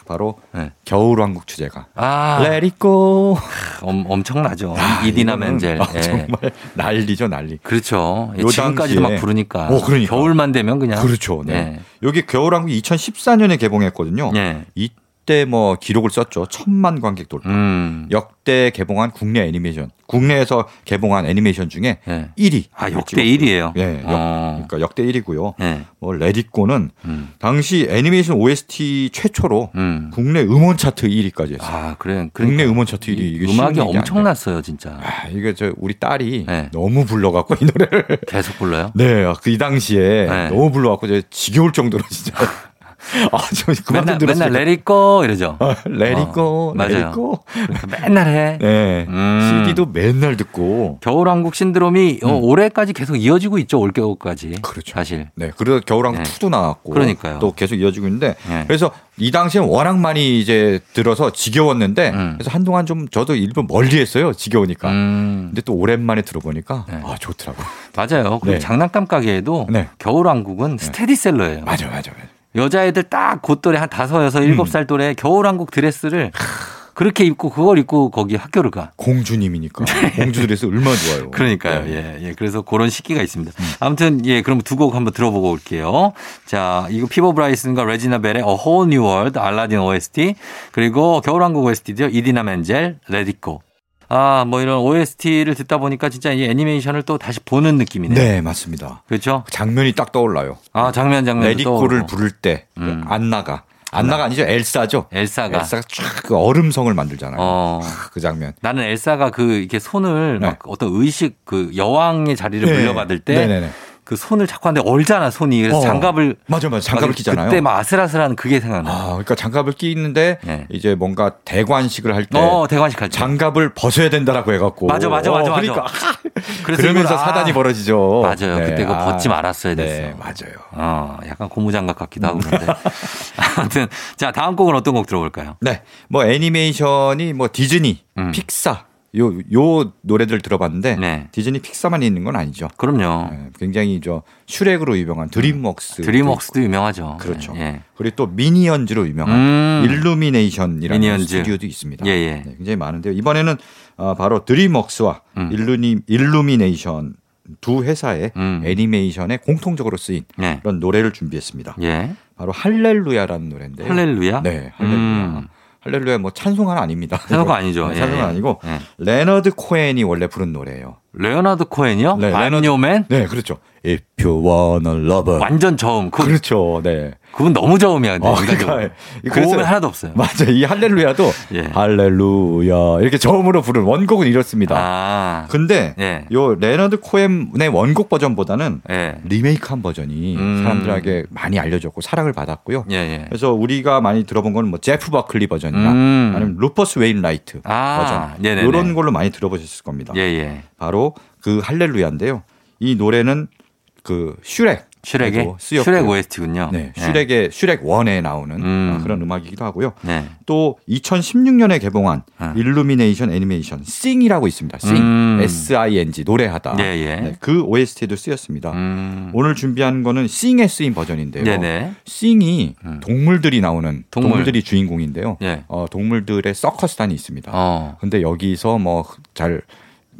S7: 바로
S1: 네.
S7: 겨울왕국 주제가.
S1: 아,
S7: Let it go.
S1: 엄, 엄청나죠.
S7: 아,
S1: 이디나
S7: 이거는
S1: 멘젤.
S7: 아,
S1: 예.
S7: 정말 난리죠 난리.
S1: 그렇죠. 예,
S7: 요
S1: 지금까지도 막
S7: 당시에.
S1: 부르니까.
S7: 어, 그러니까.
S1: 겨울만 되면 그냥.
S7: 그렇죠. 네.
S1: 네.
S7: 여기 겨울왕국 2014년에 개봉했거든요.
S1: 예.
S7: 이때 뭐 기록을 썼죠. 천만 관객 돌파.
S1: 음.
S7: 역대 개봉한 국내 애니메이션, 국내에서 개봉한 애니메이션 중에
S1: 네.
S7: 1위.
S1: 아, 역대 1위예요
S7: 예, 역,
S1: 어.
S7: 그러니까 역대 1위고요.
S1: 예.
S7: 뭐 레디꼬는
S1: 음.
S7: 당시 애니메이션 OST 최초로
S1: 음.
S7: 국내 음원 차트 1위까지 했어요.
S1: 아, 그래.
S7: 국내
S1: 그러니까
S7: 음원 차트 1위 이게 쉬운
S1: 음악이
S7: 일이 아니에요.
S1: 엄청났어요, 진짜.
S7: 아, 이게 저 우리 딸이
S1: 네.
S7: 너무 불러갖고 이 노래를 [LAUGHS]
S1: 계속 불러요.
S7: 네, 아, 그이 당시에
S1: 네.
S7: 너무 불러갖고 이제 지겨울 정도로
S1: [LAUGHS]
S7: 진짜 아좀 그만
S1: 맨날
S7: 좀 들었어요. 아,
S1: 맨날 레리꺼 이러죠.
S7: 레디꼬,
S1: 어, 맞아요.
S7: 레디꼬.
S1: 그러니까 [LAUGHS] 맨날 해.
S7: 네,
S1: 음.
S7: CD도 맨날 듣고
S1: 겨울왕국 신드롬이 어, 올해까지 계속 이어지고 있죠. 올겨울까지.
S7: 음. 그렇죠.
S1: 사실.
S7: 네, 그래서 겨울왕국
S1: 네.
S7: 2도 나왔고
S1: 그러니까요.
S7: 또 계속 이어지고 있는데
S1: 네.
S7: 그래서 이 당시에 워낙 많이 이제 들어서 지겨웠는데
S1: 음.
S7: 그래서 한동안 좀 저도 일부 멀리했어요 지겨우니까.
S1: 음,
S7: 근데 또 오랜만에 들어보니까
S1: 네.
S7: 아 좋더라고. 요
S1: 맞아요. 그리고
S7: 네.
S1: 장난감 가게에도
S7: 네.
S1: 겨울왕국은 스테디셀러예요.
S7: 맞아, 음. 맞아, 맞아.
S1: 여자애들 딱 곧돌에 한 다섯, 여섯, 일곱 살 또래 겨울왕국 드레스를 그렇게 입고 그걸 입고 거기 학교를 가. [LAUGHS]
S7: 공주님이니까 공주들에서 얼마나 좋아요.
S1: 그러니까요.
S7: 네.
S1: 예, 예. 그래서 그런 시기가 있습니다. 아무튼, 예, 그럼 두 곡 한번 들어보고 올게요. 자, 이거 피버 브라이슨과 레지나 벨의 A Whole New World, 알라딘 OST, 그리고 겨울왕국 OST죠. 이디나 멘젤, 레디코. 아, 뭐 이런 OST를 듣다 보니까 진짜 이 애니메이션을 또 다시 보는 느낌이네요.
S7: 네, 맞습니다.
S1: 그렇죠?
S7: 장면이 딱 떠올라요.
S1: 아, 장면 장면.
S7: 레디코를 부를 때
S1: 음.
S7: 안나가 안나가 아니죠 엘사죠.
S1: 엘사가.
S7: 엘사가 쫙그 얼음성을 만들잖아요.
S1: 어.
S7: 그 장면.
S1: 나는 엘사가 그 이렇게 손을
S7: 네.
S1: 막 어떤 의식 그 여왕의 자리를
S7: 네.
S1: 물려받을 때
S7: 네네네.
S1: 그 손을 자꾸 하는데 얼잖아 손이 그래서
S7: 어.
S1: 장갑을
S7: 맞아 맞아 장갑을
S1: 막
S7: 끼잖아요.
S1: 그때 막 아슬아슬한 그게 생각나.
S7: 아, 그러니까 장갑을 끼는데
S1: 네.
S7: 이제 뭔가 대관식을 할 때
S1: 어 대관식 할 때.
S7: 네. 장갑을 벗어야 된다라고 해갖고
S1: 맞아, 맞아, 맞아,
S7: 어,
S1: 맞아.
S7: 그러니까
S1: [LAUGHS] 그래서
S7: 그러면서
S1: 이걸 아,
S7: 사단이 벌어지죠.
S1: 맞아요.
S7: 네,
S1: 그때 그거
S7: 아,
S1: 벗지 말았어야
S7: 네
S1: 됐어.
S7: 맞아요.
S1: 어, 약간 고무장갑 같기도 하고 그런데. [LAUGHS] 아무튼 자 다음 곡은 어떤 곡 들어볼까요?
S7: 네, 뭐 애니메이션이 뭐 디즈니,
S1: 음.
S7: 픽사 요 요 노래들 들어봤는데
S1: 네.
S7: 디즈니 픽사만 있는 건 아니죠.
S1: 그럼요.
S7: 네, 굉장히 저 슈렉으로 유명한 드림웍스
S1: 드림웍스도 유명하죠.
S7: 그렇죠. 아,
S1: 예.
S7: 그리고 또 미니언즈로 유명한
S1: 음.
S7: 일루미네이션이라는
S1: 미니언즈.
S7: 스튜디오도 있습니다.
S1: 예, 예.
S7: 네, 굉장히 많은데요. 이번에는 어, 바로 드림웍스와
S1: 음.
S7: 일루니, 일루미네이션 두 회사의
S1: 음.
S7: 애니메이션에 공통적으로 쓰인
S1: 네.
S7: 그런 노래를 준비했습니다.
S1: 예.
S7: 바로 할렐루야라는 노래인데.
S1: 할렐루야.
S7: 네, 할렐루야.
S1: 음.
S7: 할렐루야 뭐 찬송가는 아닙니다.
S1: 찬송가 아니죠.
S7: 네, 찬송가
S1: 예.
S7: 아니고
S1: 예.
S7: 레너드 코엔이 원래 부른 노래예요.
S1: 레오나드 코엔이요?
S7: 네,
S1: I'm
S7: 레오나드-
S1: your man?
S7: 네, 그렇죠. If you wanna love her.
S1: 완전 네, 저음. 그,
S7: 그렇죠. 네.
S1: 그분 너무 저음이야. 근데
S7: 어,
S1: 인간적으로.
S7: 그러니까
S1: 고음은 하나도 없어요.
S7: 맞아. 이 할렐루야도
S1: 네. [LAUGHS] 예.
S7: 할렐루야 이렇게 저음으로 부른 원곡은 이렇습니다.
S1: 아.
S7: 근데
S1: 예.
S7: 요 레너드 코엔의 원곡 버전보다는
S1: 예.
S7: 리메이크한 버전이
S1: 음.
S7: 사람들에게 많이 알려졌고 사랑을 받았고요.
S1: 예, 예.
S7: 그래서 우리가 많이 들어본 건 뭐 제프 버클리 버전이나
S1: 음.
S7: 아니면 루퍼스 웨인 라이트
S1: 아,
S7: 버전
S1: 네네네.
S7: 이런 걸로 많이 들어보셨을 겁니다.
S1: 예, 예.
S7: 바로 그 할렐루야인데요. 이 노래는 그 슈렉
S1: 슈렉의
S7: 그래도 쓰였고요.
S1: 슈렉 OST군요. 예.
S7: 네, 슈렉의 슈렉 1에 나오는
S1: 음.
S7: 어, 그런 음악이기도 하고요.
S1: 네.
S7: 또 2016년에 개봉한
S1: 아.
S7: 일루미네이션 애니메이션 싱이라고 있습니다. 싱,
S1: 음.
S7: S-I-N-G 노래하다.
S1: 예, 예.
S7: 그 OST도 쓰였습니다.
S1: 음.
S7: 오늘 준비한 거는 싱에 쓰인 버전인데요.
S1: 네네.
S7: 싱이
S1: 음.
S7: 동물들이 나오는
S1: 동물.
S7: 동물. 들이 주인공인데요.
S1: 예.
S7: 어, 동물들의 서커스단이 있습니다.
S1: 어.
S7: 근데 여기서 뭐 잘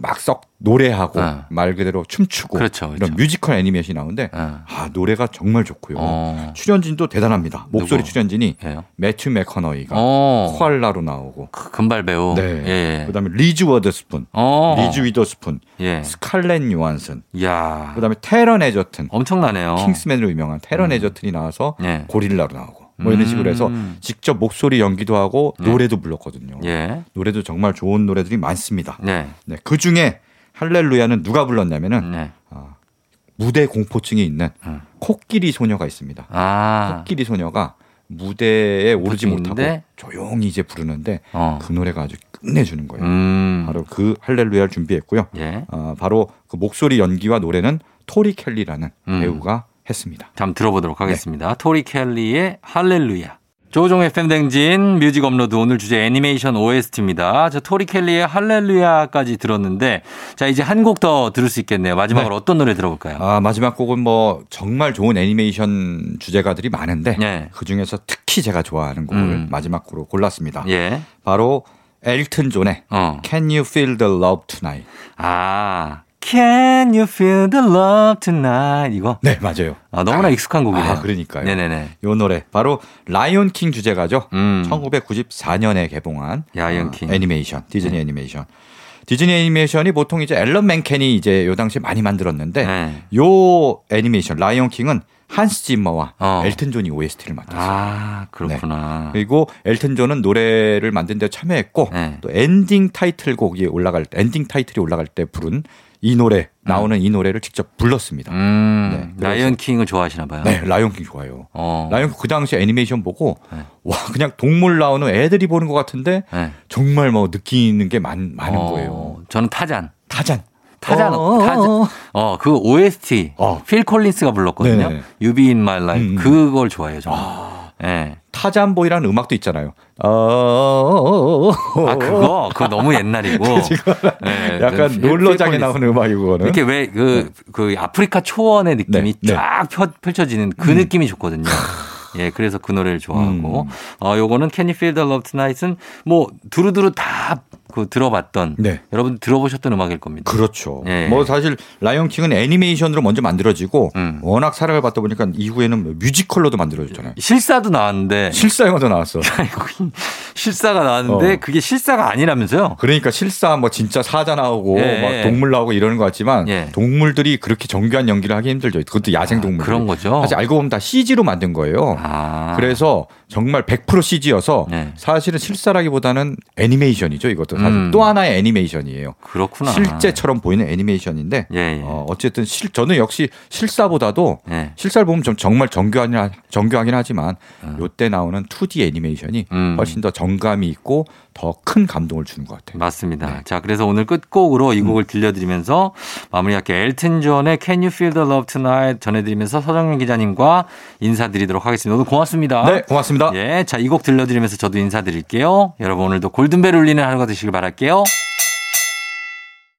S7: 막 썩 노래하고
S1: 아.
S7: 말 그대로 춤추고
S1: 그렇죠, 그렇죠.
S7: 이런 뮤지컬 애니메이션이 나오는데
S1: 아.
S7: 아 노래가 정말 좋고요.
S1: 어.
S7: 출연진도 대단합니다. 목소리
S1: 누구?
S7: 출연진이
S1: 예요.
S7: 매튜 맥커너이가
S1: 어.
S7: 코알라로 나오고
S1: 그 금발 배우.
S7: 네.
S1: 예.
S7: 그다음에 리즈 워드스푼,
S1: 어.
S7: 리즈 위더스푼,
S1: 예.
S7: 스칼렛 요한슨,
S1: 야.
S7: 그다음에 테런 에저튼,
S1: 엄청나네요.
S7: 킹스맨으로 유명한 테런 에저튼이 나와서
S1: 어. 음. 예.
S7: 고릴라로 나오고 뭐 이런 식으로 해서
S1: 음.
S7: 직접 목소리 연기도 하고
S1: 네.
S7: 노래도 불렀거든요.
S1: 예.
S7: 노래도 정말 좋은 노래들이 많습니다.
S1: 네.
S7: 네, 그 중에 할렐루야는 누가 불렀냐면은
S1: 네.
S7: 아, 무대 공포증이 있는
S1: 음.
S7: 코끼리 소녀가 있습니다.
S1: 아.
S7: 코끼리 소녀가 무대에 오르지
S1: 공포증인데?
S7: 못하고 조용히 이제 부르는데
S1: 어.
S7: 그 노래가 아주 끝내주는 거예요.
S1: 음.
S7: 바로 그 할렐루야를 준비했고요.
S1: 예.
S7: 아, 바로 그 목소리 연기와 노래는 토리 켈리라는
S1: 음.
S7: 배우가 했습니다.
S1: 한번
S7: 네.
S1: 들어보도록 하겠습니다. 토리 켈리의 할렐루야. 조종의 팬댕진 뮤직 업로드 오늘 주제 애니메이션 OST입니다. 저 토리 켈리의 할렐루야까지 들었는데 자 이제 한 곡 더 들을 수 있겠네요. 마지막으로 어떤 노래 들어볼까요?
S7: 아, 마지막 곡은 뭐 정말 좋은 애니메이션 주제가들이 많은데
S1: 네.
S7: 그 중에서 특히 제가 좋아하는 곡을
S1: 음.
S7: 마지막 곡으로 골랐습니다.
S1: 예.
S7: 바로 엘튼 존의
S1: 어.
S7: Can You Feel the Love Tonight?
S1: 아. Can you feel the love tonight? 이거.
S7: 네, 맞아요.
S1: 아, 너무나 익숙한 곡이네요.
S7: 아, 그러니까요.
S1: 네네네.
S7: 요 노래 바로 라이온 킹 주제가죠.
S1: 음.
S7: 1994년에 개봉한
S1: 라이온
S7: 어,
S1: 킹. 네.
S7: 애니메이션 디즈니 애니메이션. 디즈니 애니메이션이 보통 이제 앨런 맨켄이 이제 요 당시 에 많이 만들었는데
S1: 네.
S7: 요 애니메이션 라이온 킹은 한스 짐머와
S1: 어.
S7: 엘튼 존이 OST를 맡았어요.
S1: 아, 그렇구나.
S7: 그리고 엘튼 존은 노래를 만든 데 참여했고
S1: 네.
S7: 또 엔딩 타이틀곡이 올라갈 때 엔딩 타이틀이 올라갈 때 부른 이 노래 나오는 이 노래를 직접 불렀습니다.
S1: 음.
S7: 네,
S1: 라이언 킹을 좋아하시나 봐요.
S7: 네, 라이온 킹 좋아요.
S1: 어.
S7: 라이온 그 당시 애니메이션 보고
S1: 네.
S7: 와 그냥 동물 나오는 애들이 보는 것 같은데
S1: 네.
S7: 정말 뭐 느끼는 게 많, 많은
S1: 어,
S7: 거예요.
S1: 저는 타잔.
S7: 타잔.
S1: 타잔,
S7: 어,
S1: 타잔.
S7: 어, 어.
S1: 어, 그 OST.
S7: 어.
S1: 필 콜린스가 불렀거든요.
S7: 네네.
S1: You Be In My Life.
S7: 음, 음.
S1: 그걸 좋아해요, 저는. 예.
S7: 타잔보이라는 음악도 있잖아요. 어, 어, 어, 어.
S1: 아, 그거? 그거 너무 옛날이고. 예,
S7: [LAUGHS] 약간
S1: 필
S7: 놀러장에
S1: 콜린스.
S7: 나오는 음악이고 그거는.
S1: 이렇게 왜 그, 그 아프리카 초원의 느낌이
S7: 네, 음. 네.
S1: 쫙 펴- 펼쳐지는 그 느낌이
S7: [LAUGHS]
S1: 좋거든요. 예, 그래서 그 노래를 좋아하고,
S7: 음.
S1: 어, 요거는 Can You Feel the Love Tonight은 뭐, 두루두루 다 그 들어봤던,
S7: 네.
S1: 여러분 들어보셨던 음악일 겁니다.
S7: 그렇죠.
S1: 예.
S7: 뭐 사실 라이온 킹은 애니메이션으로 먼저 만들어지고
S1: 음.
S7: 워낙 사랑을 받다 보니까 이후에는 뭐 뮤지컬로도 만들어졌잖아요.
S1: 실사도 나왔는데,
S7: 실사 영화도 나왔어.
S1: 실사가 나왔는데
S7: 어.
S1: 그게 실사가 아니라면서요?
S7: 그러니까 실사 뭐 진짜 사자 나오고
S1: 예,
S7: 막
S1: 예.
S7: 동물 나오고 이러는 것 같지만
S1: 예.
S7: 동물들이 그렇게 정교한 연기를 하기 힘들죠. 그것도 야생 동물.
S1: 아, 그런 거죠.
S7: 사실 알고 보면 다 CG로 만든 거예요.
S1: 아.
S7: 그래서 정말 100% CG여서
S1: 네.
S7: 사실은 실사라기보다는 애니메이션이죠. 이것도 사실
S1: 음.
S7: 또 하나의 애니메이션이에요.
S1: 그렇구나.
S7: 실제처럼 보이는 애니메이션인데
S1: 예, 예.
S7: 어, 어쨌든 실 저는 역시 실사보다도
S1: 예.
S7: 실사를 보면 좀 정말 정교하긴, 하- 정교하긴 하지만 요때 나오는 2D 애니메이션이
S1: 어. 음.
S7: 훨씬 더 정감이 있고 더 큰 감동을 주는 것 같아요.
S1: 맞습니다.
S7: 네.
S1: 자, 그래서 오늘 끝곡으로
S7: 음.
S1: 이 곡을 들려드리면서 마무리할게요. 엘튼 존의 Can You Feel the Love Tonight 전해드리면서 서정민 기자님과 인사드리도록 하겠습니다. 오늘 고맙습니다.
S7: 네, 고맙습니다.
S1: 예, 자, 이 곡 들려드리면서 저도 인사드릴게요. 여러분 오늘도 골든벨 울리는 하루가 되시길 바랄게요.